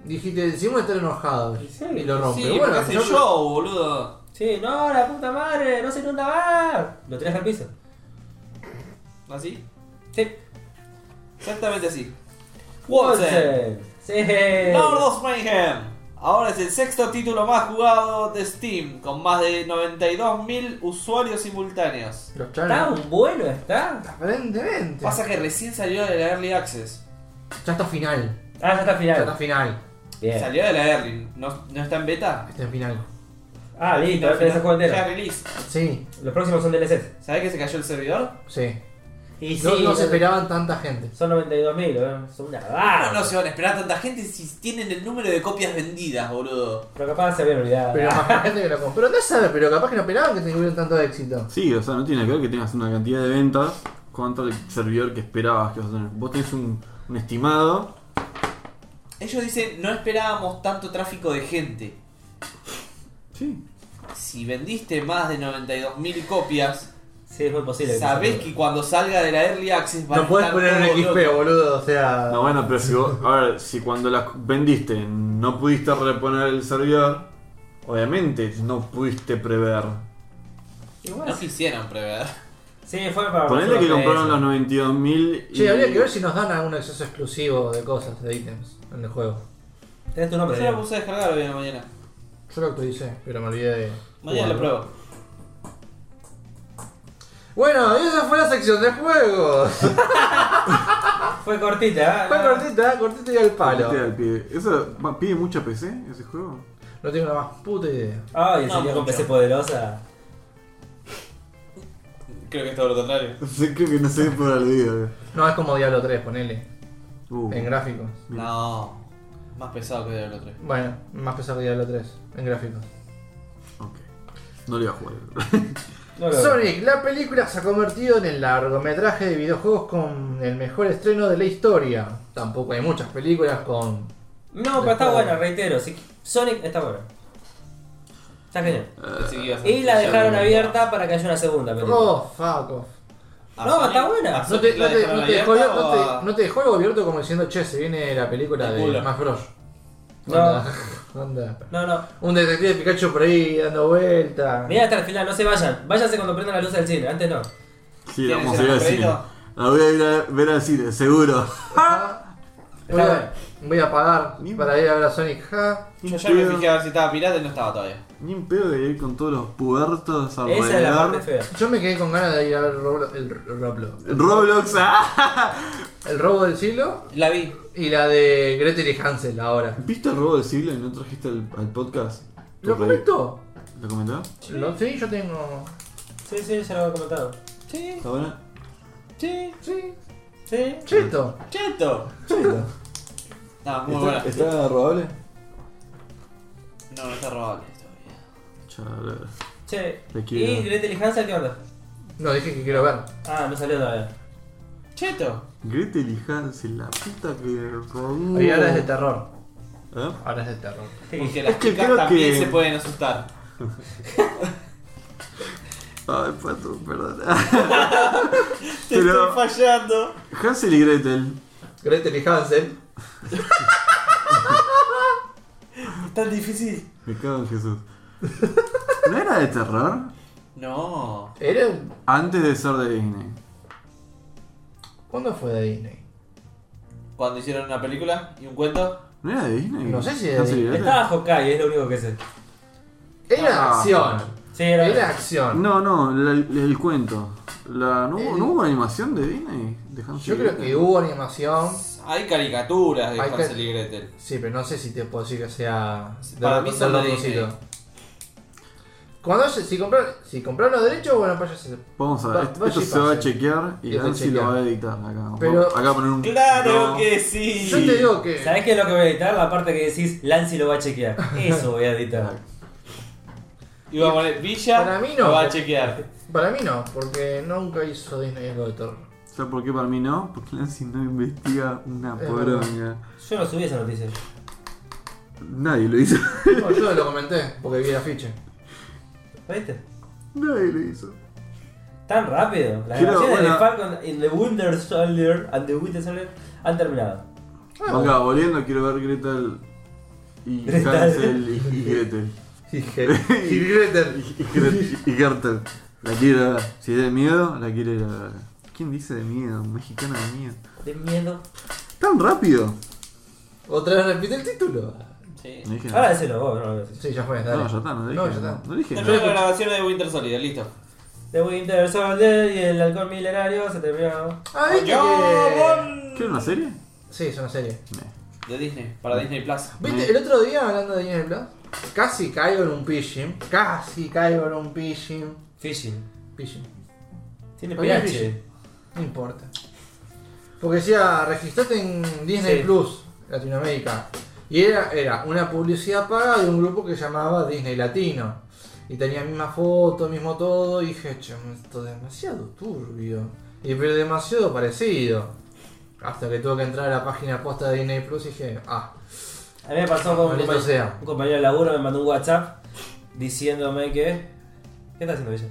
S1: dijiste, simula estar enojado.
S2: Sí.
S1: Y lo rompe.
S4: Sí,
S1: bueno,
S4: porque hace
S1: yo-
S4: show, boludo.
S2: Sí, no, la puta madre, no se inunda más. Lo tiras al piso.
S4: ¿No ¿Así?
S2: Sí.
S4: Exactamente así. Watson.
S2: Watson. Sí.
S4: Lord of Mayhem. Ahora es el sexto título más jugado de Steam, con más de 92.000 usuarios simultáneos.
S1: Los chanos.
S2: Tan bueno está.
S1: Aparentemente.
S4: Pasa que recién salió de la Early Access.
S1: Ya está final.
S2: Ah, ya está
S1: Ya está
S2: final.
S1: final.
S2: Bien.
S4: Salió de la Early, ¿no, no está en beta?
S1: Está en final.
S2: Ah, listo, ahora tenés el juego
S4: Ya
S2: entero.
S4: release.
S1: Sí,
S2: Los próximos son DLCs.
S4: ¿Sabés que se cayó el servidor?
S1: sí.
S2: Y
S1: no, no se
S2: son-
S1: esperaban tanta gente.
S2: Son 92.000, ¿eh? Son una
S4: Ah,
S2: barra.
S4: no se van a esperar tanta gente si tienen el número de copias vendidas, boludo.
S2: Pero capaz se habían olvidado. Ah,
S1: Pero más gente que la compró. No sabe, pero capaz que no esperaban que tuvieran tanto éxito.
S3: Sí, o sea, no tiene que ver que tengas una cantidad de ventas contra el servidor que esperabas que vas a tener. Vos tenés un, un estimado.
S4: Ellos dicen, no esperábamos tanto tráfico de gente.
S3: Sí.
S4: Si vendiste más de 92.000 copias,
S2: Sí, es muy posible.
S4: sabés que cuando salga de la Early Access van a
S1: No puedes
S4: estar
S1: poner un
S4: todos
S1: XP,
S4: locos.
S1: boludo. O sea.
S3: No, Ah, bueno, pero si vos. A ver, si cuando las vendiste no pudiste reponer el servidor, obviamente no pudiste prever.
S2: Igual.
S4: No quisieron prever.
S2: Sí, fue para.
S3: Ponele que
S2: próximos
S3: compraron los
S2: meses.
S3: 92.000 y.
S1: Che, habría que ver si nos dan algún acceso exclusivo de cosas, de ítems en el juego.
S2: Tenés tu nombre.
S4: Yo la
S2: Diego.
S4: puse a descargar hoy en la mañana.
S1: Yo lo actualicé, pero me olvidé de.
S4: Mañana
S1: jugarlo.
S4: lo pruebo.
S1: Bueno, y esa fue la sección de juegos.
S2: Fue cortita, ¿eh?
S1: Fue cortita, cortita y al palo.
S3: Metida al pie. ¿Eso va, pide mucha PC ese juego?
S1: No tengo la más puta idea.
S2: Ay,
S4: No,
S2: salió con
S4: mucho.
S2: PC poderosa.
S4: Creo que es todo lo contrario.
S3: Sí, Creo que no sé por el video.
S1: No, es como Diablo 3, ponele.
S3: Uh,
S1: En gráficos.
S4: No. Más pesado que el otro.
S1: Bueno, más pesado que Diablo 3, en gráficos.
S3: ok. No lo iba a jugar.
S2: No lo-
S1: Sonic, la película se ha convertido en el largometraje de videojuegos con el mejor estreno de la historia. Tampoco hay muchas películas con.
S2: No, pero está
S1: Después-
S2: buena, reitero. sí, Sonic está buena. Está genial. Y
S3: Eh,
S4: Y
S2: la dejaron abierta para que haya una segunda película.
S1: Oh, fuck off.
S4: Ah,
S2: No, está buena.
S1: No te, no te- no te dejó, no te- no te dejó algo abierto como diciendo, che, se viene la película
S4: De
S1: de
S4: culo.
S1: Smash Bros.
S2: No.
S1: Onda, onda.
S2: No, no.
S1: Un detective de Pikachu por ahí dando vuelta.
S2: Mirá hasta el final, no se vayan. Váyanse cuando prendan la luz del cine, antes no.
S3: Sí, la
S4: ¿Tienes
S3: vamos a
S4: el
S3: ir al cine.
S4: crédito?
S3: La voy a ir a ver al cine, seguro.
S1: Ja. Voy, a, voy a pagar
S3: Ni-
S1: para ir a ver a Sonic. Ja.
S4: Yo ya me fijé a ver si estaba pirata y no estaba todavía.
S3: Ni en pedo de ir con todos los puertos alrededor.
S2: Esa es la parte fea.
S1: Yo me quedé con ganas de ir a ver Roblo- el, Roblo-
S3: Roblox, ah.
S1: el robo del siglo
S4: La vi.
S1: y la de Gretel y Hansel ahora.
S3: ¿Viste el robo del siglo y no trajiste al, al podcast?
S1: ¿Lo
S3: Tu re-
S1: comentó?
S3: ¿Lo comentó?
S1: Lo- Sí, yo tengo.
S2: Sí, sí, ya lo había comentado.
S4: Sí,
S3: ¿Está buena?
S4: sí.
S1: Sí,
S2: Sí.
S1: cheto.
S4: Cheto.
S1: cheto.
S4: No, muy
S3: ¿Está,
S4: buena.
S3: ¿Está robable?
S4: No, no está robable todavía.
S3: Chale.
S2: Che.
S3: Te quiero.
S2: ¿Y Gretel y Hansel qué onda?
S1: No, dije que quiero ver.
S2: Ah, no salió todavía.
S4: Cheto.
S3: Gretel y Hansel, la puta que robó.
S1: Y ahora es de terror.
S3: ¿Eh?
S1: Ahora es de terror.
S4: Porque las
S3: Es que
S4: chicas
S3: creo
S4: también
S3: que-
S4: se pueden asustar.
S3: Ay, pato, perdón.
S4: Te
S3: Pero-
S4: estoy fallando.
S3: Hansel y Gretel.
S1: Gretel y Hansel.
S4: Es tan difícil.
S3: Me cago en Jesús. ¿No era de terror?
S4: No.
S1: ¿Era?
S3: Antes de ser de Disney.
S1: ¿Cuándo fue de Disney?
S4: Cuando hicieron una película y un cuento.
S3: ¿No era de Disney?
S1: No sé si era de
S3: Hansel y
S1: Disney.
S3: Gretel.
S2: Estaba Hawkeye, es lo único que sé.
S1: Era
S3: Ah.
S1: acción.
S2: Sí, era.
S1: Era acción.
S3: No, no, la- el, cuento. La, ¿no, hubo,
S1: Eh,
S3: no hubo animación de Disney? de Hansel
S1: Yo
S3: y
S1: creo
S3: Gretel?
S1: que hubo animación.
S4: Hay caricaturas de
S1: Hay car-
S4: Hansel y Gretel.
S1: Sí, pero no sé si te puedo decir que sea.
S4: Para mí
S1: del-
S4: son
S1: del
S4: de Disney.
S1: ratoncito. Cuando se- si comprar, si comprar los derechos, bueno, pues ya se.
S3: Vamos a
S1: Va-
S3: ver, esto,
S1: va
S3: esto
S1: y
S3: se va a
S1: pase.
S3: chequear y
S1: Y se
S3: Nancy
S1: chequea.
S3: lo va a editar acá.
S1: Pero-
S3: Vamos- acá poner un.
S2: Claro
S3: no.
S2: que sí.
S1: Yo te digo que.
S2: ¿Sabés qué es lo que voy a editar? La parte que decís, Lancy lo va a chequear. Eso voy a editar.
S4: Iba a poner Villa,
S1: Para mí no.
S4: lo va a chequear.
S1: Para mí no, porque nunca hizo Disney algo de terror.
S3: ¿Sabes por qué para mí no? Porque Nancy no investiga una
S1: Es verdad.
S3: poronga.
S2: Yo no subí esa noticia.
S3: Nadie lo hizo.
S1: No, yo lo comenté, porque vi el afiche.
S2: ¿Viste?
S3: Nadie lo hizo.
S2: Tan rápido. Las
S3: Quiero-
S2: grabaciones
S3: bueno.
S2: de Falcon in the Winter Soldier and the Winter Soldier han terminado.
S3: Acá, volviendo, quiero ver Gretel y
S2: Gretel.
S3: Hansel y, y Gretel.
S1: Y Gretel.
S3: Y, Gret- y Gretel. La quiero ver. Si es de miedo, la quiero ir a ver. ¿Quién dice de miedo? Mexicana de miedo.
S2: De miedo.
S3: Tan rápido.
S1: Otra vez repite el título.
S4: Sí.
S3: No dije nada.
S2: Ahora decilo vos, no lo voy a decir.
S1: Sí, ya fue, dale.
S3: No, ya está, no dije
S1: No, ya
S3: nada.
S1: está.
S3: No dije
S4: Terminó
S3: nada.
S4: la grabación de Winter Soldier, listo.
S2: The Winter Soldier y el halcón milenario se terminó.
S1: Ah, viste
S4: Yo
S1: que...
S4: voy
S3: ¿Quieres una serie?
S1: Sí, es una serie.
S3: No.
S4: De Disney, para Disney Plus.
S3: Mm.
S1: Viste, el otro día hablando de Disney Plus, casi caigo en un pishing. Casi caigo en un pishing.
S2: Fishing.
S1: Pishing.
S2: Tiene
S1: Oye,
S2: pH.
S1: Fishing. No importa. Porque decía, registrate en Disney
S2: Sí.
S1: Plus, Latinoamérica. Y era, era una publicidad paga de un grupo que llamaba Disney Latino. Y tenía misma foto, mismo todo. Y dije, che, esto es demasiado turbio. Y pero demasiado parecido. Hasta que tuve que entrar a la página posta de Disney Plus y dije, ah,
S2: A mí me pasó con un
S1: Maldito
S2: compañero,
S1: sea.
S2: un compañero de laburo, me mandó un WhatsApp diciéndome que. ¿Qué está haciendo ella?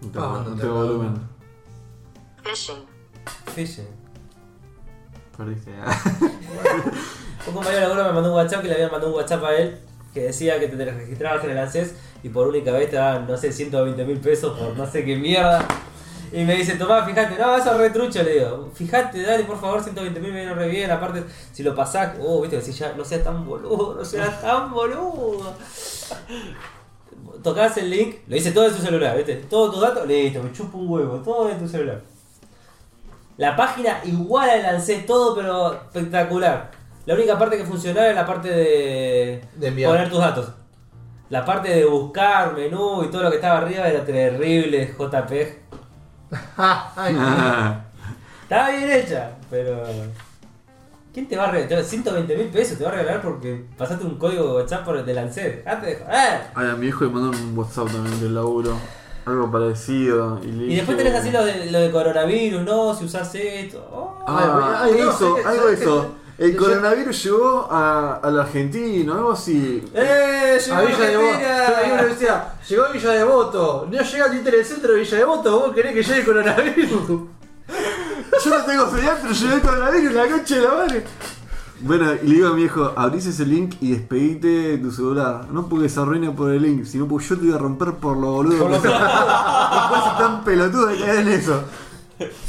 S3: No
S1: Ah,
S3: tengo,
S1: no
S3: no
S1: te
S3: tengo
S1: acabo.
S3: volumen.
S5: Fishing.
S2: Fishing.
S3: Perdiste.
S2: Un compañero de laburo me mandó un WhatsApp que le habían mandado un WhatsApp a él que decía que te registrabas en el ANSES y por única vez te daban, no sé, 120 mil pesos por no sé qué mierda. Y me dice, tomá, fíjate, no, eso es re trucho, le digo, fijate, dale, por favor, 120 mil me viene re bien, aparte, si lo pasás, oh, viste, si ya no seas tan boludo, no seas tan boludo. Tocás el link, lo hice todo en tu celular, viste, todos tus datos, listo, me chupo un huevo, todo en tu celular. La página igual la lancé todo, pero espectacular. La única parte que funcionaba era la parte de,
S1: De enviar.
S2: poner tus datos. La parte de buscar menú y todo lo que estaba arriba era terrible, JPEG.
S1: ah, ay,
S2: Estaba bien hecha, pero. ¿Quién te va a regalar? 120 mil pesos te va a regalar porque pasaste un código de WhatsApp por el de Lancet. Ah, Dejate de joder.
S3: Ay, a mi hijo le mandó un WhatsApp también del laburo. Algo parecido. Y, le
S2: Y
S3: dije-
S2: después tenés así lo de, lo de coronavirus, no, si usás esto. Oh.
S3: Ah,
S1: Ay, no,
S3: eso,
S1: ¿sabes qué?
S3: algo
S1: ¿sabes
S3: eso.
S1: qué?
S3: El
S1: Yo-
S3: coronavirus llegó a, al argentino, algo así.
S2: ¡Eh!
S1: A
S2: ¡Llegó
S1: Villa de Voto. Yo leí una
S2: Argentina!
S1: decía, llegó a Villa de Voto, no llega al Inter del centro de Villa de Voto, vos querés que llegue el coronavirus.
S3: Yo no tengo señal, pero llegó el coronavirus, la concha de la madre. Bueno, y le digo a mi hijo, abrís ese link y despedite de tu celular. No porque se arruine por el link, sino porque yo te voy a romper por lo boludo.
S2: Por lo-
S3: que sos. Después es tan pelotudo de caer en eso.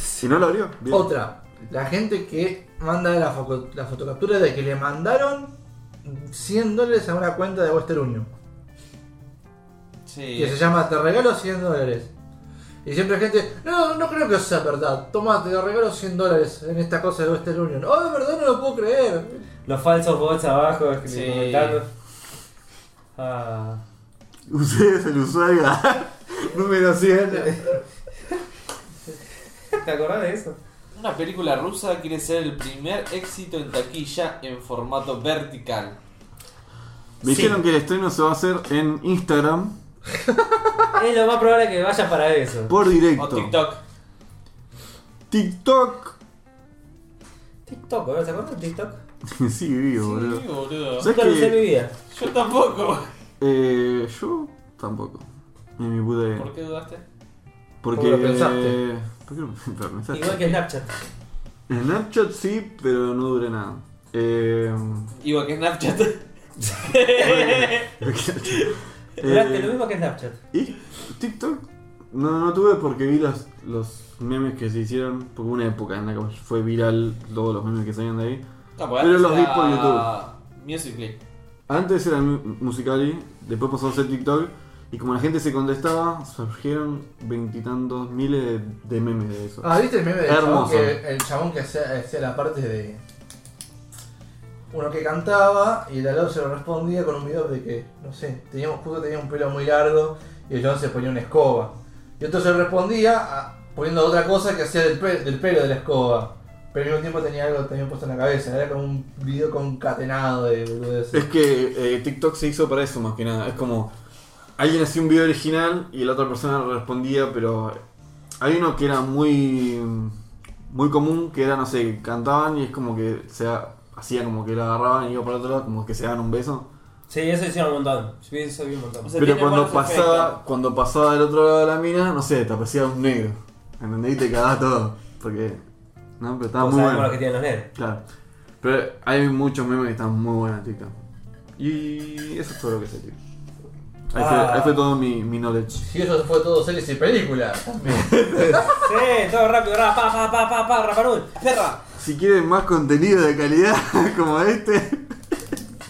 S3: Si no lo abrió, bien.
S1: Otra, la gente que manda la, foco- la fotocaptura de que le mandaron 100 dólares a una cuenta de Western Union,
S4: Sí.
S1: que se llama Te regalo 100 dólares. Y siempre hay gente, no, no creo que sea verdad, toma, te regalo 100 dólares en esta cosa de Western Union. Oh, de verdad no lo puedo creer.
S2: Los falsos bots abajo escri-
S4: Sí.
S2: comentando. Ah.
S3: Usted es el usuario número 100.
S2: ¿Te acordás de eso?
S4: Una película rusa quiere ser el primer éxito en taquilla en formato vertical.
S3: Me dijeron que el estreno se va a hacer en Instagram
S2: Es lo más probable que vaya para eso.
S3: por
S4: O
S3: directo.
S4: TikTok.
S3: TikTok.
S2: TikTok, ¿verdad? ¿Se acuerdan de TikTok?
S3: Sí, vivo, boludo.
S4: Sí, boludo.
S3: ¿Sabes
S2: Nunca lo usé en mi
S3: qué?
S2: vida.
S4: Yo tampoco.
S3: Eh, yo tampoco. Ni mi puta idea.
S4: ¿Por qué dudaste?
S3: Porque
S1: Porque lo pensaste.
S3: ¿Por qué lo pero pensaste?
S2: Igual que Snapchat.
S3: Snapchat sí, pero no dure nada. Eh,
S4: Igual que Snapchat.
S2: Duraste lo
S3: eh,
S2: mismo que Snapchat.
S3: ¿Y TikTok? No, no tuve porque vi los, los memes que se hicieron. Porque hubo una época en la que fue viral todos los memes que salían de ahí.
S4: No, porque
S3: Pero
S4: antes
S3: los vi
S4: era
S3: por YouTube.
S4: Musical.ly.
S3: Antes era Mu- Musicali, después pasó a ser TikTok. Y como la gente se contestaba, surgieron veintitantos miles de, de memes de eso.
S1: Ah, ¿viste el meme del chabón
S3: Hermoso.
S1: que, el chabón que hacía, hacía la parte de. Uno que cantaba y el al lado se lo respondía con un video de que, no sé, teníamos, justo tenía un pelo muy largo y el chabón se ponía una escoba. Y otro se lo respondía a- poniendo otra cosa que hacía del, pe- del pelo de la escoba. Pero al mismo tiempo tenía algo también puesto en la cabeza, era como un video concatenado de boludeces.
S3: Es que eh, TikTok se hizo para eso más que nada. Es como alguien hacía un video original y la otra persona le respondía, pero hay uno que era muy muy común que era no sé, cantaban y es como que se hacía como que la agarraban y iba para otro lado, como que se daban un beso.
S2: Sí, eso hicieron un montón. Sí, Eso vi un montón.
S6: O sea,
S3: pero
S6: tiene
S3: cuando
S6: buenos
S3: pasaba,
S6: efectos.
S3: cuando pasaba del otro lado de la mina, no sé, te aparecía un negro. ¿Entendés? Y te cagaba todo. Porque. No, pero estaba
S2: Todos
S3: muy
S2: sabemos
S3: bueno.
S2: lo que tienen los negros.
S3: Claro. Pero hay muchos memes que están muy buenos en TikTok. Y eso es todo lo que sé, tío. Ahí, fue,
S2: Ah.
S3: ahí fue todo mi, mi knowledge.
S1: Si eso fue todo series y películas también.
S2: Sí, todo rápido, ra, pa, pa, pa, pa, pa, Rapanul, perra.
S3: Si quieren más contenido de calidad como este,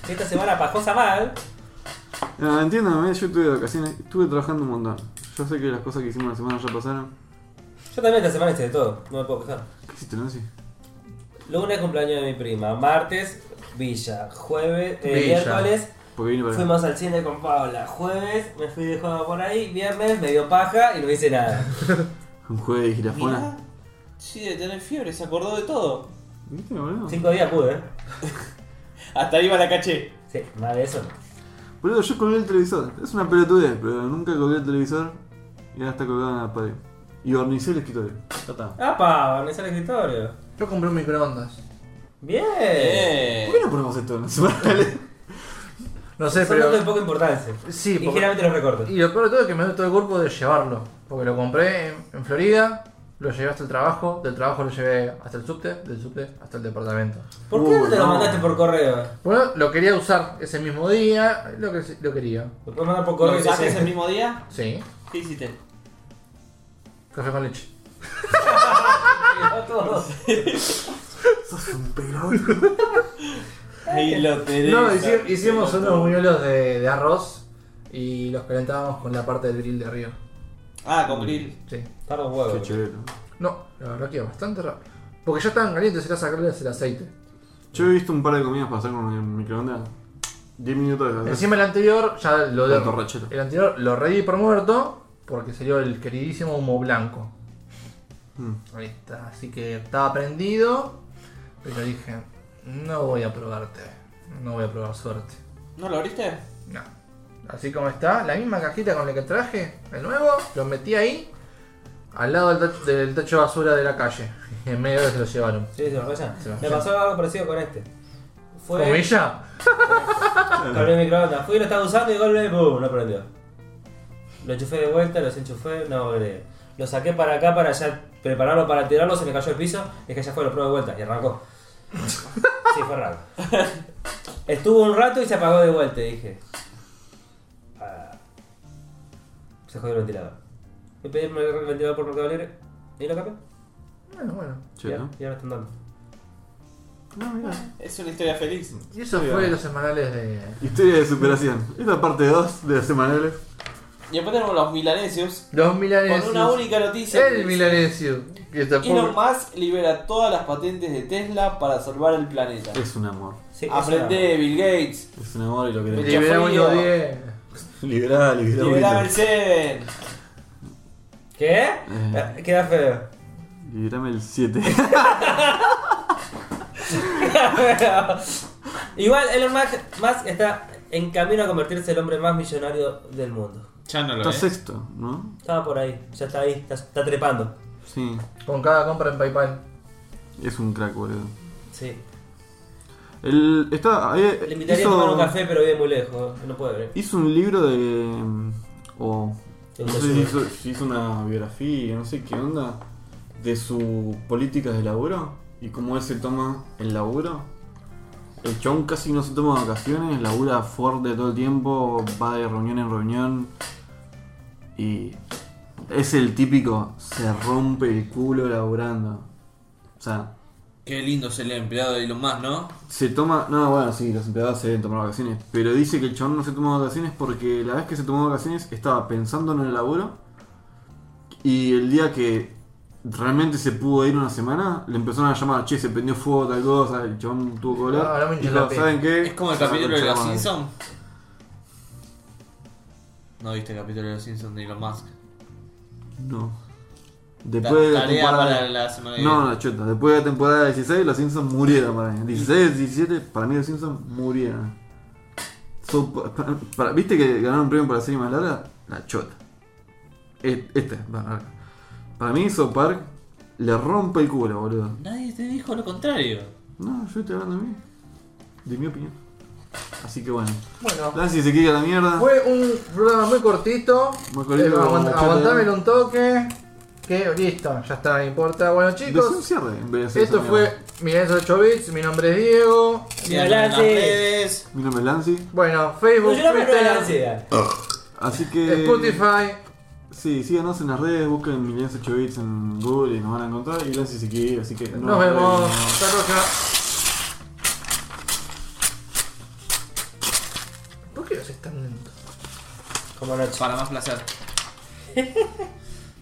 S2: Esta semana pajosa mal.
S3: no, entiéndame, yo tuve vacaciones, estuve trabajando un montón. Yo sé que las cosas que hicimos la semana ya pasaron.
S2: Yo también esta semana hice de todo, no me puedo quejar.
S3: ¿Qué hiciste, Nancy?
S2: Lunes cumpleaños de mi prima, martes Villa, jueves, eh,
S1: Villa.
S2: miércoles
S3: Porque vine para acá.
S2: fuimos al cine con Paula, jueves me fui de juego por ahí, viernes me dio paja y no hice nada.
S3: un juego de girafona.
S6: Mirá. Sí, de tener fiebre, se acordó de todo.
S3: ¿Viste, boludo?
S2: Cinco días pude, ¿eh?
S6: Hasta ahí va la caché.
S2: Sí, más de eso. no.
S3: Boludo, yo colgué el televisor. Es una pelotudez, pero nunca colgué el televisor y ahora está colgado en la pared. Y barnicé el escritorio. Ya está.
S2: ¡Apa! Organizar el escritorio.
S1: Yo compré un microondas.
S2: ¡Bien!
S6: Eh.
S3: ¿Por qué no ponemos esto en la semana?
S1: No sé,
S2: Son datos de
S1: pero.
S2: poca importancia.
S1: Sí,
S2: y
S1: porque-
S2: generalmente los recorto.
S1: Y lo peor de todo es que me dio todo el cuerpo de llevarlo. Porque lo compré en, en Florida, lo llevé hasta el trabajo, del trabajo lo llevé hasta el subte, del subte hasta el departamento.
S2: ¿Por qué no
S3: Uy,
S1: Uh,
S2: te lo
S3: no.
S2: mandaste por correo?
S1: Bueno, lo quería usar ese mismo día, lo, que, lo quería.
S2: Lo puedes mandar por
S6: ¿Lo
S2: correo.
S6: usaste
S2: sí.
S6: ese mismo día?
S1: Sí,
S6: ¿Qué hiciste?
S1: café con leche.
S2: Quedó todo.
S3: Sos un pelón.
S6: Ahí lo tenés.
S1: No, hici- hicimos unos buñuelos de, de arroz y los calentábamos con la parte del grill de arriba.
S6: Ah, con grill.
S1: Sí.
S2: Tarda un huevo.
S3: Qué chévere.
S1: No, la verdad que bastante rápido. Porque ya estaban calientes, era sacarles el aceite.
S3: Yo he visto un par de comidas pasar con el microondas. 10 minutos de la
S1: Encima el anterior, ya lo de,
S3: Con torrachero.
S1: El anterior lo reí por muerto porque salió el queridísimo humo blanco.
S3: Mm.
S1: Ahí está, así que estaba prendido, pero dije, no voy a probarte, no voy a probar suerte.
S6: ¿No lo abriste?
S1: No. Así como está, la misma cajita con la que traje, el nuevo, lo metí ahí, al lado del, ta- del tacho de basura de la calle. En medio de se lo llevaron.
S2: Sí, se lo vayan.
S1: Se lo
S2: Me
S1: vayan.
S2: pasó algo parecido con este.
S6: Pues,
S2: Fue
S1: ¿Humilla?
S2: con el microondas. Fui, lo estaba usando y de golpe, ¡pum! No prendió. Lo enchufé de vuelta, lo desenchufé, no prendía. Lo saqué para acá para ya prepararlo para tirarlo, se me cayó el piso, es que ya fue, lo probé de vuelta y arrancó. Sí, fue raro. Estuvo un rato y se apagó de vuelta, y dije. "Ah". Se jodió el ventilador. Me pedí el ventilador por Mercado Libre y lo cambié.
S1: Bueno, bueno.
S2: y,
S3: Che,
S2: ahora-
S3: ¿no?
S2: y ahora están dando.
S3: No, mirá.
S6: Es una historia feliz.
S1: Y eso
S3: Bien.
S1: fue los semanales de...
S3: Historia de superación. Esta parte 2 de la semanales.
S6: Y después tenemos los milanesios.
S1: Los milanesios.
S6: Con una única noticia.
S1: Eh, El milanesio. Que
S6: Elon
S1: tampoco...
S6: Musk libera todas las patentes de Tesla para salvar el planeta.
S3: Es un amor.
S2: Sí, es una-
S6: Aprende Bill Gates.
S3: Es un amor y lo
S6: Me
S3: queremos.
S1: Liberá
S6: Mucho frío.
S1: Windows 10.
S3: Liberá, liberá.
S6: Libera
S3: Windows.
S6: Mercedes.
S2: ¿Qué? Eh, Queda feo.
S3: Liberame el 7.
S2: Igual Elon Musk, Musk está en camino a convertirse en el hombre más millonario del mundo.
S4: Ya no lo
S3: Está
S4: es.
S3: sexto, ¿no?
S2: Estaba por ahí, ya está ahí, está, está trepando.
S3: Sí.
S1: Con cada compra en PayPal.
S3: Es un crack, boludo.
S2: Sí.
S3: Él está. ahí-
S2: Le invitaría a
S3: hizo-
S2: tomar un café, pero vive muy lejos, no puede ver.
S3: Hizo un libro de. mm, O.
S2: De
S3: no sé si
S2: autoayuda.
S3: hizo, si hizo una biografía, no sé qué onda. De sus políticas de laburo y cómo él se toma el laburo. El chon casi no se toma vacaciones, labura fuerte todo el tiempo, va de reunión en reunión. Y. Es el típico, se rompe el culo laburando. O sea,
S4: Qué lindo es el empleado de Elon Musk, ¿no?
S3: Se toma. No, bueno, sí, los empleados se deben tomar vacaciones. Pero dice que el chabón no se tomó vacaciones porque la vez que se tomó vacaciones estaba pensando en el laburo. Y el día que realmente se pudo ir una semana, le empezaron a llamar, che, se prendió fuego, tal cosa. El chabón tuvo
S1: Ah,
S3: que volar.
S1: hablame un
S3: y dijo,
S1: chalapi.
S3: ¿saben qué?
S4: Es como el
S3: Se
S4: capítulo de
S3: concha
S4: los
S3: madre".
S4: Simpsons. No viste el capítulo de los Simpsons de Elon Musk.
S3: No.
S4: Ta-
S3: Después de la
S4: tarea
S3: temporada.
S4: para la semana que
S3: No,
S4: viene.
S3: no, chota. Después de la temporada 16, los Simpsons murieron para mí. 16, 17, para mí los Simpsons murieron. So- pa- pa- para- ¿Viste que ganaron un premio para la serie más larga? La chota. E- Esta, para, para mí, South Park le rompe el culo, boludo.
S4: Nadie te dijo lo contrario.
S3: No, yo estoy hablando de mí. De mi opinión. Así que bueno.
S1: Bueno,
S3: Nancy se quiere a la mierda.
S1: fue un programa muy cortito.
S3: Muy cortito,
S1: Eh, aguant-
S3: muchacho.
S1: aguantámelo un toque. Que listo, ya está, no importa. Bueno,
S3: Decí un
S1: chicos,
S3: cierre en vez de hacer
S1: esto
S3: esa
S1: fue
S3: mierda.
S1: Milenzo 8 Bits. Mi nombre es Diego.
S4: Síganos en las
S2: Lances.
S4: redes.
S3: Mi nombre es Nancy.
S1: Bueno, Facebook,
S2: No, Pues yo no me la
S1: Twitter,
S2: ansiedad.
S3: Así que.
S1: Spotify.
S3: Sí, síganos en las redes, busquen Millennials 8 bits en Google y nos van a encontrar. Y Lance si quiere, así que.
S1: Nos vemos. Hasta la próxima. ¿Por qué los están lentos?
S2: Como noche.
S4: Para más placer.